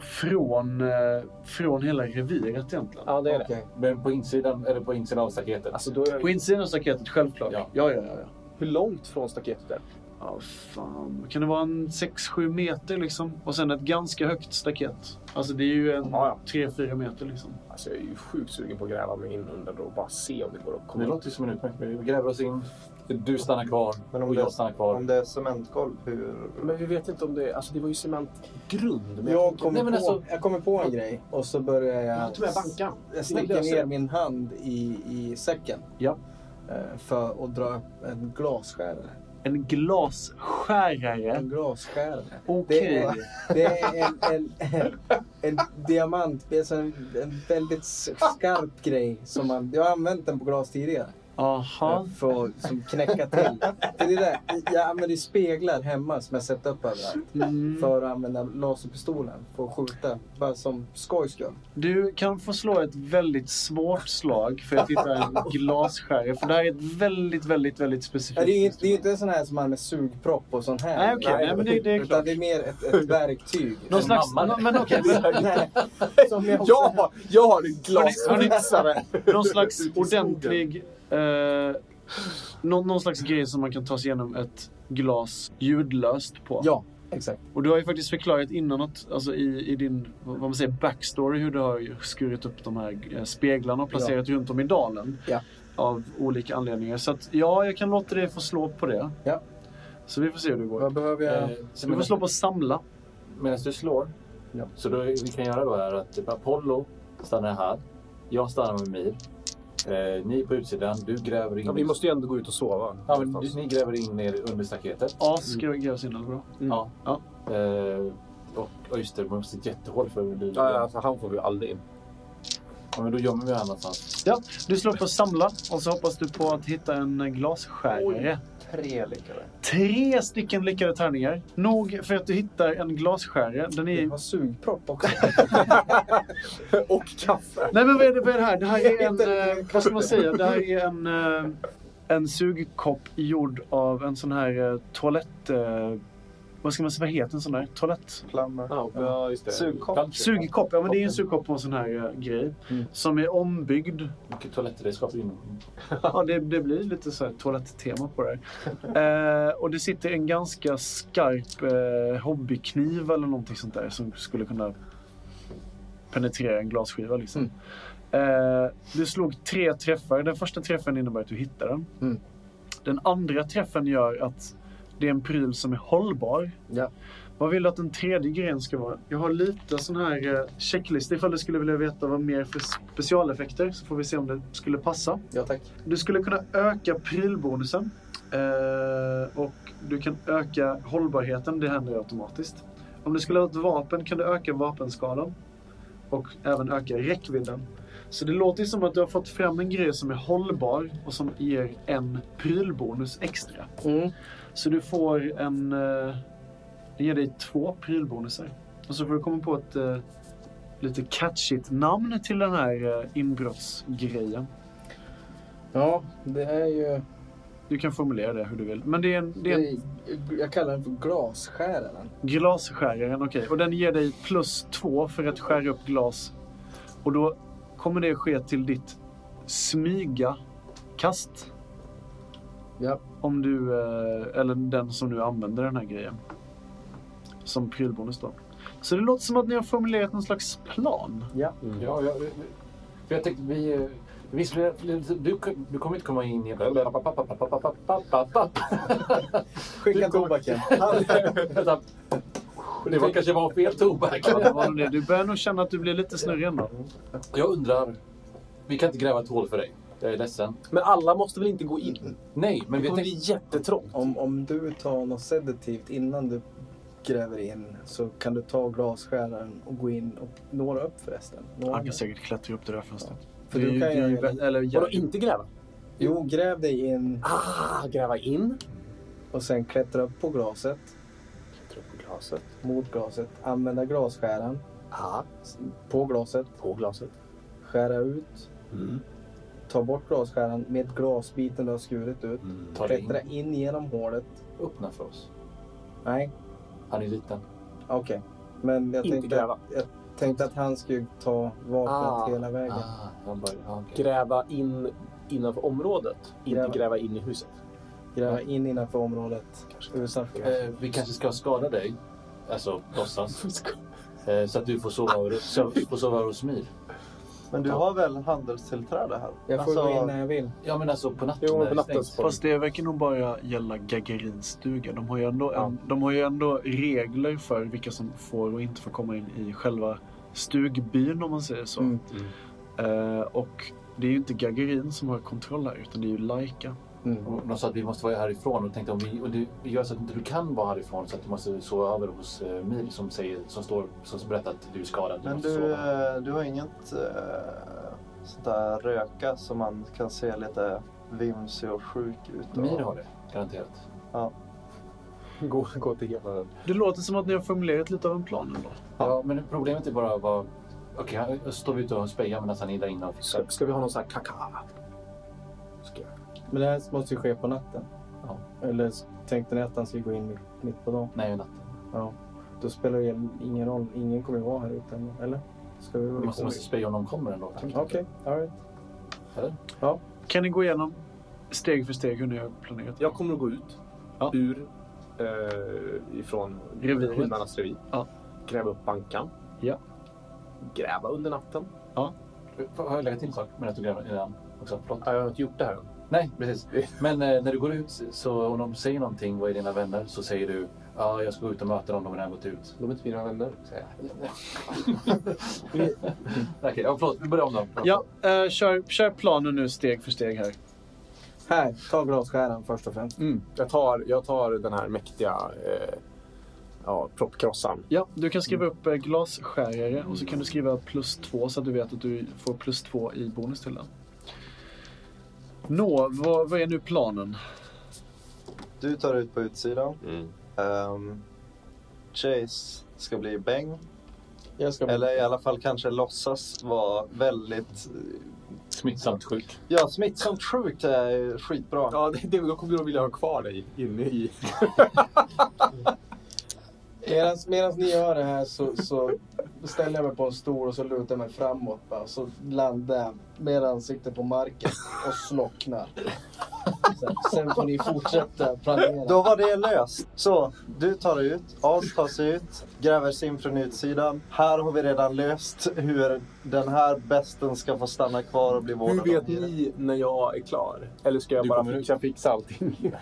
Speaker 6: från, eh, från hela reviret egentligen.
Speaker 4: Ja, det är det.
Speaker 9: Okej.
Speaker 8: Men på insidan, eller på insidan av staketet.
Speaker 4: Alltså, då är
Speaker 6: På insidan av staketet, självklart.
Speaker 8: Ja.
Speaker 6: ja, ja. ja, ja.
Speaker 4: Hur långt från staketet är det?
Speaker 6: Ja, fan. Kan det vara en 6-7 meter liksom? Och sen ett ganska högt staket. Alltså det är ju en
Speaker 4: Ja, ja.
Speaker 6: 3-4 meter liksom.
Speaker 4: Alltså, jag är ju sjukt sugen på att gräva mig in under det och bara se om det går att komma
Speaker 8: Det
Speaker 4: ut.
Speaker 8: låter ju som en utmärkt Vi gräver oss in. Du stannar kvar
Speaker 7: Men om
Speaker 8: och
Speaker 7: det-
Speaker 8: jag stannar kvar.
Speaker 7: Om det är cementgolv, hur...
Speaker 4: Men vi vet inte om det... Alltså det var ju cementgrund. Men
Speaker 9: Jag, kommer
Speaker 8: Nej, men
Speaker 9: på,
Speaker 8: alltså-
Speaker 9: jag kommer på en grej och så börjar jag...
Speaker 4: jag tog med bankan.
Speaker 9: Jag sticker
Speaker 4: löser
Speaker 9: ner
Speaker 4: det.
Speaker 9: min hand i, i säcken.
Speaker 6: Ja.
Speaker 9: Eh, för att dra upp en glasskärare.
Speaker 6: En glasskärare.
Speaker 9: En glasskärare. Mm. Det
Speaker 6: Okej.
Speaker 9: är, det är en, en, en, en diamant, det är alltså en, en väldigt skarp grej. Som man, jag har använt den på glas tidigare. eh,
Speaker 6: Aha.
Speaker 9: för att som knäcka till. För det är det, jag använder ju speglar hemma som jag sätter upp överallt
Speaker 6: Mm.
Speaker 9: för att använda laserpistolen för att skjuta. Bara som skojs skull.
Speaker 6: Du kan få slå ett väldigt svårt slag för att hitta en glasskära. För det här är ett väldigt, väldigt, väldigt
Speaker 9: Nej,
Speaker 6: specifikt...
Speaker 9: Det är ju inte, det är ju inte en sån här som man med sugpropp och sån här.
Speaker 6: Nej, okej. Nej, men det- det är
Speaker 9: Utan
Speaker 6: klart.
Speaker 9: det är mer ett, ett verktyg.
Speaker 6: Någon slags... nå- Men okej.
Speaker 9: Nej, som jag också-
Speaker 4: Jag har, jag har en
Speaker 6: Har ni-
Speaker 4: glasfixare!
Speaker 6: Någon slags ordentlig... Eh, någon, någon slags grej som man kan ta sig igenom ett glas ljudlöst på.
Speaker 9: Ja, exakt.
Speaker 6: Och du har ju faktiskt förklarat innan att, alltså i, i din vad man säger, backstory hur du har skurit upp de här eh, speglarna och placerat runt om i dalen.
Speaker 9: Ja.
Speaker 6: Av olika anledningar. Så att, ja, jag kan låta dig få slå på det.
Speaker 9: Ja.
Speaker 6: Så vi får se hur det går.
Speaker 9: Vad behöver jag?
Speaker 8: Eh, så
Speaker 6: Du får
Speaker 8: medan,
Speaker 6: slå på samla.
Speaker 8: medan du slår,
Speaker 9: Ja.
Speaker 8: så då, vi kan göra då är att typ, Apollo stannar här, jag stannar med Mir, eh, ni på utsidan, du gräver in,
Speaker 1: Ja, vi måste ju ändå gå ut och sova.
Speaker 8: ja, men, du, ni gräver in er under staketet.
Speaker 6: A ska grävs in, eller bra?
Speaker 8: Ja.
Speaker 6: Ja.
Speaker 8: Eh, och, och just det, man måste ett jättehål för att bli
Speaker 1: Ja, ja, alltså, han får vi aldrig in.
Speaker 8: ja, men Då gömmer vi honom någonstans.
Speaker 6: Ja, du slår på samla och så hoppas du på att hitta en eh, glasskärare.
Speaker 7: Tre lyckade.
Speaker 6: Tre stycken lyckade tärningar. Nog för att du hittar en glasskärare. Den är...
Speaker 9: Jag har sugpropp också.
Speaker 4: Och kaffe!
Speaker 6: Nej men vad är det, vad är det här? Det här är en,
Speaker 9: Inte det.
Speaker 6: eh, vad ska man säga? Det här är en, eh, en sugkopp gjord av en sån här eh, toalett... Eh, vad ska man säga? Vad heter en sån där? Toalett?
Speaker 4: Ja, ja, just det.
Speaker 7: Sugkopp.
Speaker 8: Kanske.
Speaker 6: Sugkopp. Ja men det är ju en sugkopp på en sån här eh, grej. Som är ombyggd.
Speaker 8: Mycket toalettredskap in.
Speaker 6: Ja det, det blir lite så här toaletttema på det här. Eh, och det sitter en ganska skarp eh, hobbykniv eller någonting sånt där som skulle kunna penetrera en glasskiva liksom.
Speaker 9: Mm.
Speaker 6: Eh, du slog tre träffar. Den första träffen innebär att du hittar den.
Speaker 9: Mm.
Speaker 6: Den andra träffen gör att det är en pryl som är hållbar.
Speaker 9: Ja.
Speaker 6: Vad vill du att den tredje grejen ska vara? Jag har lite sån här eh, checklista ifall du skulle vilja veta vad mer för specialeffekter så får vi se om det skulle passa.
Speaker 9: Ja, tack.
Speaker 6: Du skulle kunna öka prylbonusen eh, och du kan öka hållbarheten. Det händer ju automatiskt. Om du skulle ha ett vapen kan du öka vapenskalan och även öka räckvidden. Så det låter ju som att du har fått fram en grej som är hållbar och som ger en prylbonus extra.
Speaker 9: Mm.
Speaker 6: Så du får en... Eh, det ger dig två prylbonusar. Och så får du komma på ett eh, lite catchigt namn till den här eh, inbrottsgrejen.
Speaker 9: Ja, det är ju...
Speaker 6: Du kan formulera det hur du vill. Men det är en, det
Speaker 9: Det
Speaker 6: är en
Speaker 9: är, jag kallar den för glasskäraren.
Speaker 6: glasskäraren, okej. Och den ger dig plus två för att skära upp glas. Och då kommer det ske till ditt smyga kast.
Speaker 9: Ja.
Speaker 6: Om du, eh, eller den som du använder den här grejen. Som prylbonus då. Så det låter som att ni har formulerat någon slags plan.
Speaker 1: Mm.
Speaker 8: Ja, jag, för jag tänkte vi... eh, Visst, blir det- du, du kommer inte komma in i...
Speaker 9: Skicka tobaken.
Speaker 8: Vänta. Det var, kanske var fel tobak.
Speaker 6: Vad var det? Du börjar nog känna att du blir lite snurrig ändå.
Speaker 8: Jag undrar... Vi kan inte gräva ett hål för dig. Jag är ledsen.
Speaker 1: Men alla måste väl inte gå in?
Speaker 8: Nej,
Speaker 1: Det
Speaker 8: men vi
Speaker 1: kommer bli
Speaker 8: tänkte...
Speaker 1: jättetrångt.
Speaker 9: Om, om du tar något sedativt innan du gräver in så kan du ta glasskäraren och gå in och nåra upp förresten. Nåra.
Speaker 6: Han kan säkert klättra upp det där fönstret.
Speaker 9: För
Speaker 6: Det är
Speaker 9: du
Speaker 6: ju-
Speaker 9: kan
Speaker 6: det är ju
Speaker 9: göra
Speaker 6: vä- eller,
Speaker 1: Vadå inte gräva?
Speaker 9: Jo, gräv dig in
Speaker 1: Ah, gräva in.
Speaker 9: och sen klättra upp på glaset,
Speaker 1: Klättra upp på glaset.
Speaker 9: mot glaset, använda glasskäran
Speaker 1: Ah,
Speaker 9: på glaset,
Speaker 1: på glaset.
Speaker 9: skära ut,
Speaker 1: Mm.
Speaker 9: ta bort glasskäran med glasbiten du har skurit ut,
Speaker 8: Ta det in.
Speaker 9: klättra in genom hålet.
Speaker 8: Mm. Öppna för oss.
Speaker 9: Nej,
Speaker 8: Han är liten.
Speaker 9: okej. Men jag
Speaker 1: Inte
Speaker 9: tänkte,
Speaker 1: gräva.
Speaker 9: att, jag tänkte att han skulle ta vapnet
Speaker 1: Ah.
Speaker 9: hela vägen.
Speaker 8: Ah, han bara, ja, okej.
Speaker 1: Gräva in innanför området.
Speaker 9: Gräva.
Speaker 1: Inte gräva in i huset.
Speaker 9: Gräva in innanför området. Utanför.
Speaker 8: Eh, vi kanske ska skada dig. Alltså, låtsas. Eh, så att du får sova, så, får sova hos mig.
Speaker 7: Men du har väl handelstillträde här?
Speaker 9: Jag
Speaker 1: Alltså,
Speaker 9: får gå in när jag vill.
Speaker 8: Ja, men alltså på natten.
Speaker 1: Jo,
Speaker 8: när
Speaker 1: på
Speaker 8: det
Speaker 1: natten.
Speaker 8: stängs.
Speaker 6: Fast det verkar nog bara gälla Gagarins stuga. De har, ju ändå en, de har ju ändå regler för vilka som får och inte får komma in i själva stugbyn om man säger så.
Speaker 9: Mm.
Speaker 6: Eh, och det är ju inte Gagarin som har kontroll här utan det är ju Laika.
Speaker 8: Och De sa att vi måste vara härifrån och tänkte om vi, och det vi gör så att inte du kan vara härifrån så att du måste sova över hos eh, Mil som, säger, som, står, som berättar att du är skadad. Du
Speaker 7: Men
Speaker 8: måste
Speaker 7: du,
Speaker 8: sova.
Speaker 7: eh, du har inget eh, sånt där röka som man kan se lite Vim ser sjuk ut.
Speaker 11: Mir har det, garanterat.
Speaker 9: Gå, gå till hela den.
Speaker 6: Det låter som att ni har formulerat lite av en plan ändå.
Speaker 11: Ja, men problemet är bara vad... Okej, han står vi ute och spejar medan han är där inne och fixar.
Speaker 1: Ska, ska vi ha någon sån här kaka?
Speaker 9: Men det här måste ju ske på natten.
Speaker 11: Ja.
Speaker 9: Eller s- tänkte ni att han skulle gå in mitt, mitt på dagen?
Speaker 11: Nej, natten.
Speaker 9: Ja. Då spelar det ingen roll. Ingen kommer ju vara här ute ändå, eller? Ska vi
Speaker 11: Vi måste, måste speja om någon kommer ändå.
Speaker 4: Mm,
Speaker 9: Okej, alright.
Speaker 6: Kan ni gå igenom steg för steg hur ni har planerat?
Speaker 4: Jag kommer att gå ut
Speaker 6: Ja.
Speaker 4: ur eh, ifrån
Speaker 6: Reviret.
Speaker 4: hundarnas revir.
Speaker 6: Ja.
Speaker 4: Gräva upp bankan.
Speaker 6: Ja.
Speaker 4: Gräva under natten.
Speaker 11: Får jag lägga till en sak medan du gräver innan också? Förlåt.
Speaker 4: Ja, jag har inte gjort det här än.
Speaker 11: Nej, precis. Men eh, när du går ut, så om de säger någonting, vad är dina vänner? Så säger du, ja, jag ska gå ut och möta dem, de har redan gått ut.
Speaker 4: De är inte mina vänner. säger jag.
Speaker 11: Okej, ja, förlåt, vi börjar om då.
Speaker 6: Ja, eh, kör, kör planen nu steg för steg här.
Speaker 9: Här, ta glasskäran först och främst.
Speaker 4: Jag, tar, jag tar den här mäktiga eh, ja, proppkrossaren.
Speaker 6: Ja, du kan skriva
Speaker 11: Mm.
Speaker 6: upp eh, glasskärare och så kan du skriva plus två så att du vet att du får plus två i bonus till den. Nå, vad, vad är nu planen?
Speaker 7: Du tar ut på utsidan. Ehm, Chase ska bli bäng.
Speaker 9: Jag ska...
Speaker 7: Eller i alla fall kanske låtsas vara väldigt...
Speaker 11: Smittsamt sjuk.
Speaker 7: Ja, smittsamt sjukt är skitbra.
Speaker 4: Ja, det, det, då kommer de vilja ha kvar dig inne i...
Speaker 9: Medans, medans ni gör det här så, så ställer jag mig på en stol och så lutar jag mig framåt. Bara, och så landar jag med ansiktet på marken och slocknar. Sen, sen får ni fortsätta planera.
Speaker 7: Då var det löst. Så, du tar ut, As tar sig ut, gräver sig in från utsidan. Här har vi redan löst hur den här besten ska få stanna kvar och bli vårdad.
Speaker 4: Hur vet
Speaker 7: av djuren.
Speaker 4: ni när jag är klar? Eller ska jag
Speaker 11: Du
Speaker 4: bara
Speaker 11: kommer ut.
Speaker 4: fixa, fixa allting?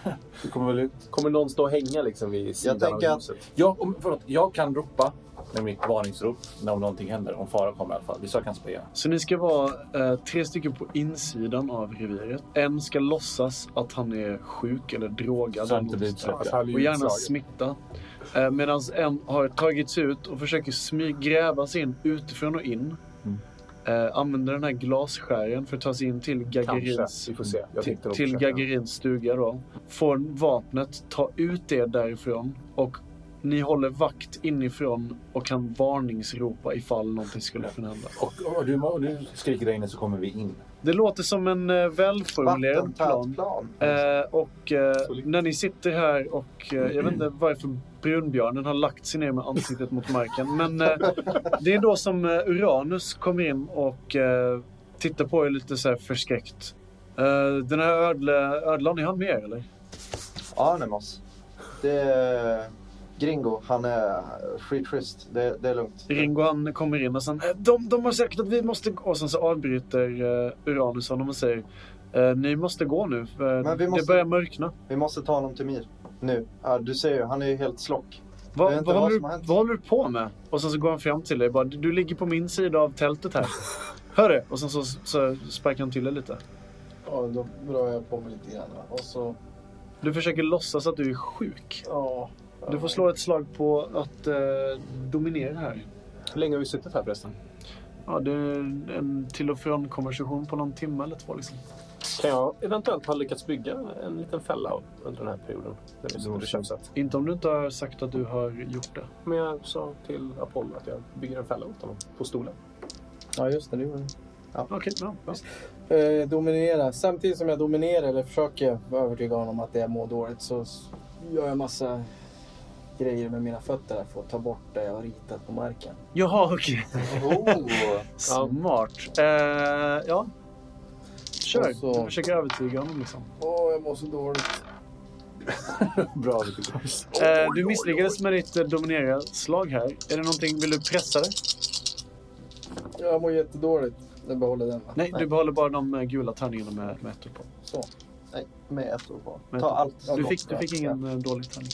Speaker 11: Du kommer väl ut?
Speaker 4: Kommer någon stå och hänga liksom vid sidan
Speaker 7: tänker
Speaker 4: av
Speaker 7: att-
Speaker 4: huset?
Speaker 11: Jag, om, förlåt, jag kan ropa med mitt varningsrop när om någonting händer. Om fara kommer i alla fall. Visst, jag kan speja.
Speaker 6: Så ni ska vara eh, tre stycken på insidan av reviret. En ska låtsas att han är sjuk eller drogad.
Speaker 11: Så han inte blir utsläppt.
Speaker 4: Alltså, han är ju
Speaker 6: och gärna
Speaker 4: utslagen.
Speaker 6: smitta. Eh, Medan en har tagits ut och försöker smyg gräva sig in utifrån och in.
Speaker 11: Mm.
Speaker 6: Eh, använder den här glasskären för att ta sig in till Gagarins,
Speaker 4: Kanske. Vi får se.
Speaker 6: till,
Speaker 4: Jag tänkte nog
Speaker 6: till
Speaker 4: försöka.
Speaker 6: Gagarins stuga. Då. Får vapnet, ta ut det därifrån och ni håller vakt inifrån och kan varningsropa ifall någonting skulle kunna hända.
Speaker 11: Och, och, du, och du skriker där inne så kommer vi in.
Speaker 6: Det låter som en eh, välformulerad plan.
Speaker 7: Vattentät plan.
Speaker 6: Eh, och eh, när ni sitter här och eh, jag vet inte varför brunbjörnen har lagt sig ner med ansiktet mot marken. Men eh, det är då som eh, Uranus kommer in och eh, tittar på er lite så här förskräckt. Eh, den här ödle, ödlan, är han med er eller?
Speaker 7: Anemos. Det är Gringo. Han är skitschysst. Det, det är lugnt.
Speaker 6: Ringo han kommer in och sen eh, de, de har sagt att vi måste gå. Och sen så avbryter eh, Uranus honom och säger eh, ni måste gå nu för
Speaker 7: Men vi
Speaker 6: det
Speaker 7: måste-
Speaker 6: börjar mörkna.
Speaker 7: Vi måste ta honom till Mir. Nu. Ja, du ser ju, han är ju helt slock.
Speaker 6: Va,
Speaker 7: Jag vet inte
Speaker 6: vad,
Speaker 7: vad
Speaker 6: håller,
Speaker 7: som har hänt.
Speaker 6: du- vad håller du på med? Och sen så går han fram till dig. Bara, du ligger på min sida av tältet här. Hör du? Och sen så, så sparkar han till dig lite.
Speaker 9: Ja, då rör jag på mig lite grann. va. Och så...
Speaker 6: Du försöker låtsas att du är sjuk.
Speaker 9: Ja.
Speaker 6: Du får slå ett slag på att eh, dominera här.
Speaker 4: Hur länge har vi suttit här förresten?
Speaker 6: Ja, det är en till och från konversation på någon timme eller två. Liksom.
Speaker 1: Kan jag eventuellt ha lyckats bygga en liten fälla under den här perioden? När vi
Speaker 4: Mm.
Speaker 1: sitter vid köksat.
Speaker 6: Inte om du inte har sagt att du har gjort det.
Speaker 1: Men jag sa till Apollo att jag bygger en fälla åt honom på stolen.
Speaker 9: Ja, just det. det gjorde
Speaker 6: Okej, ja, ja.
Speaker 9: jag. eh, Dominera. Samtidigt som jag dominerar eller försöker övertyga honom att jag mår dåligt så s- gör jag massa grejer med mina fötter här för att ta bort det jag har ritat på marken.
Speaker 6: Jaha, okej.
Speaker 7: Oh.
Speaker 6: Smart. Eh, ja. Kör.
Speaker 9: Och så-
Speaker 6: Du försöker övertyga honom. Liksom.
Speaker 9: Åh, jag mår så dåligt.
Speaker 11: Bra.
Speaker 6: Eh, du misslyckades med ditt eh, dominera-slag här. Är det någonting, vill du pressa det?
Speaker 9: Jag mår jättedåligt. Jag behåller den. va?
Speaker 6: Nej, du behåller bara de eh, gula tärningarna med, med ettor på.
Speaker 9: Så.
Speaker 7: Nej, med ett ord på.
Speaker 6: Med
Speaker 7: Ta
Speaker 6: ettor på.
Speaker 7: allt.
Speaker 6: Du fick, du fick ingen eh, dålig tärning.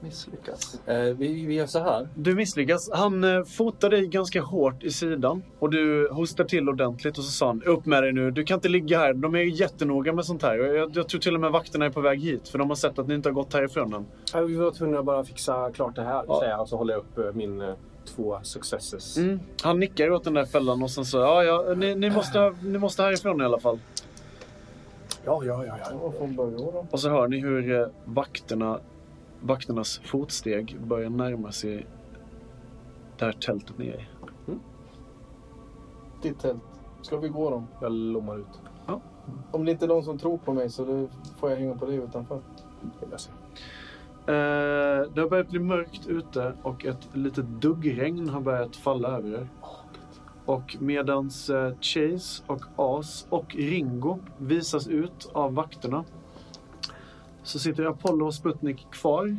Speaker 7: Misslyckas.
Speaker 11: Eh, vi, vi gör så här.
Speaker 6: Du misslyckas. Han eh, fotar dig ganska hårt i sidan och du hostar till ordentligt och så sa han upp med dig nu. Du kan inte ligga här. De är ju jättenoga med sånt här. Jag, jag, jag tror till och med vakterna är på väg hit för de har sett att ni inte har gått härifrån än.
Speaker 1: Ja, Vi var tvungna att bara fixa klart det här,
Speaker 6: Ja.
Speaker 1: säger jag. Och så håller jag upp eh, min eh,
Speaker 4: två successes.
Speaker 6: Mm. Han nickar åt den där fällan och sen så, ja, ja ni, ni, måste, ni måste härifrån i alla fall.
Speaker 4: Ja, ja, ja. ja.
Speaker 9: Och från början då.
Speaker 6: Och så hör ni hur eh, vakterna, vakternas fotsteg börjar närma sig det här tältet ni är i.
Speaker 9: Ditt tält. Ska vi gå dem?
Speaker 4: Jag lommar ut.
Speaker 9: Om det inte är någon som tror på mig så då får jag hänga på dig utanför.
Speaker 4: vill jag säga.
Speaker 6: Eh, det har börjat bli mörkt ute och ett litet duggregn har börjat falla över er. Och medans eh, Chase och As och Ringo visas ut av vakterna så sitter Apollo och Sputnik kvar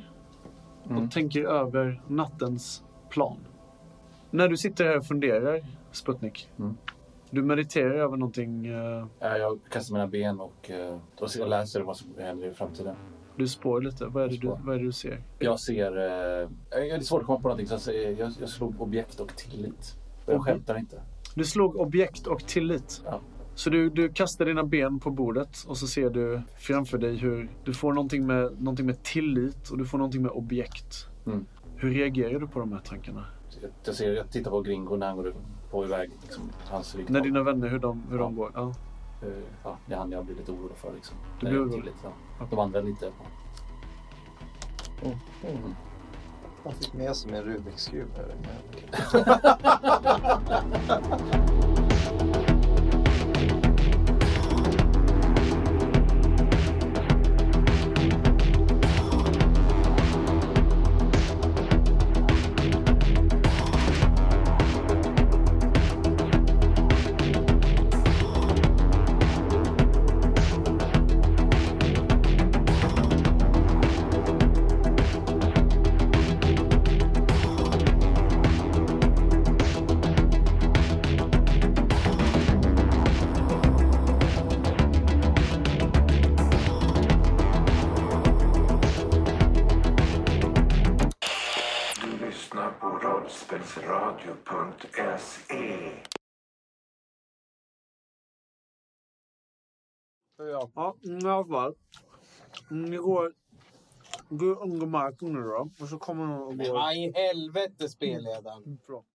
Speaker 6: och
Speaker 8: Mm.
Speaker 6: tänker över nattens plan. När du sitter här och funderar, Sputnik,
Speaker 8: Mm.
Speaker 6: du mediterar över någonting. Eh,
Speaker 8: Ja, Jag kastar mina ben och, eh, och ser- och läser vad som händer i framtiden.
Speaker 6: du spår lite. Vad är det, du,
Speaker 8: Spår.
Speaker 6: vad är det du ser?
Speaker 8: Jag ser... eh, jag- Det är svårt att komma på någonting. Så jag, säger- jag, jag slog objekt och tillit. Och
Speaker 6: Mhm.
Speaker 8: jag skämtar inte.
Speaker 6: Du slog objekt och tillit.
Speaker 8: Ja.
Speaker 6: Så du, du kastar dina ben på bordet och så ser du framför dig hur du får någonting med, någonting med tillit och du får någonting med objekt.
Speaker 8: Mm.
Speaker 6: Hur reagerar du på de här tankarna?
Speaker 8: Jag, jag, ser, jag tittar på Gringo när han går på iväg. Liksom, hans riktning.
Speaker 6: När dina vänner, hur de, hur de
Speaker 8: Ja.
Speaker 6: går? Ja.
Speaker 8: Eh, ja, det är han jag blir lite orolig för. Liksom.
Speaker 6: Du
Speaker 8: Nej,
Speaker 6: blir orolig?
Speaker 8: tillit, ja. De andra lite.
Speaker 7: Jag fick med som en Rubiks kub. här.
Speaker 2: Du lyssnar på rollspelsradio.se.
Speaker 6: Ja, mm, i alla fall. Mm, Ni går, går under marken nu då och så kommer någon och
Speaker 9: Vad i helvete spelledaren?
Speaker 6: Förlåt.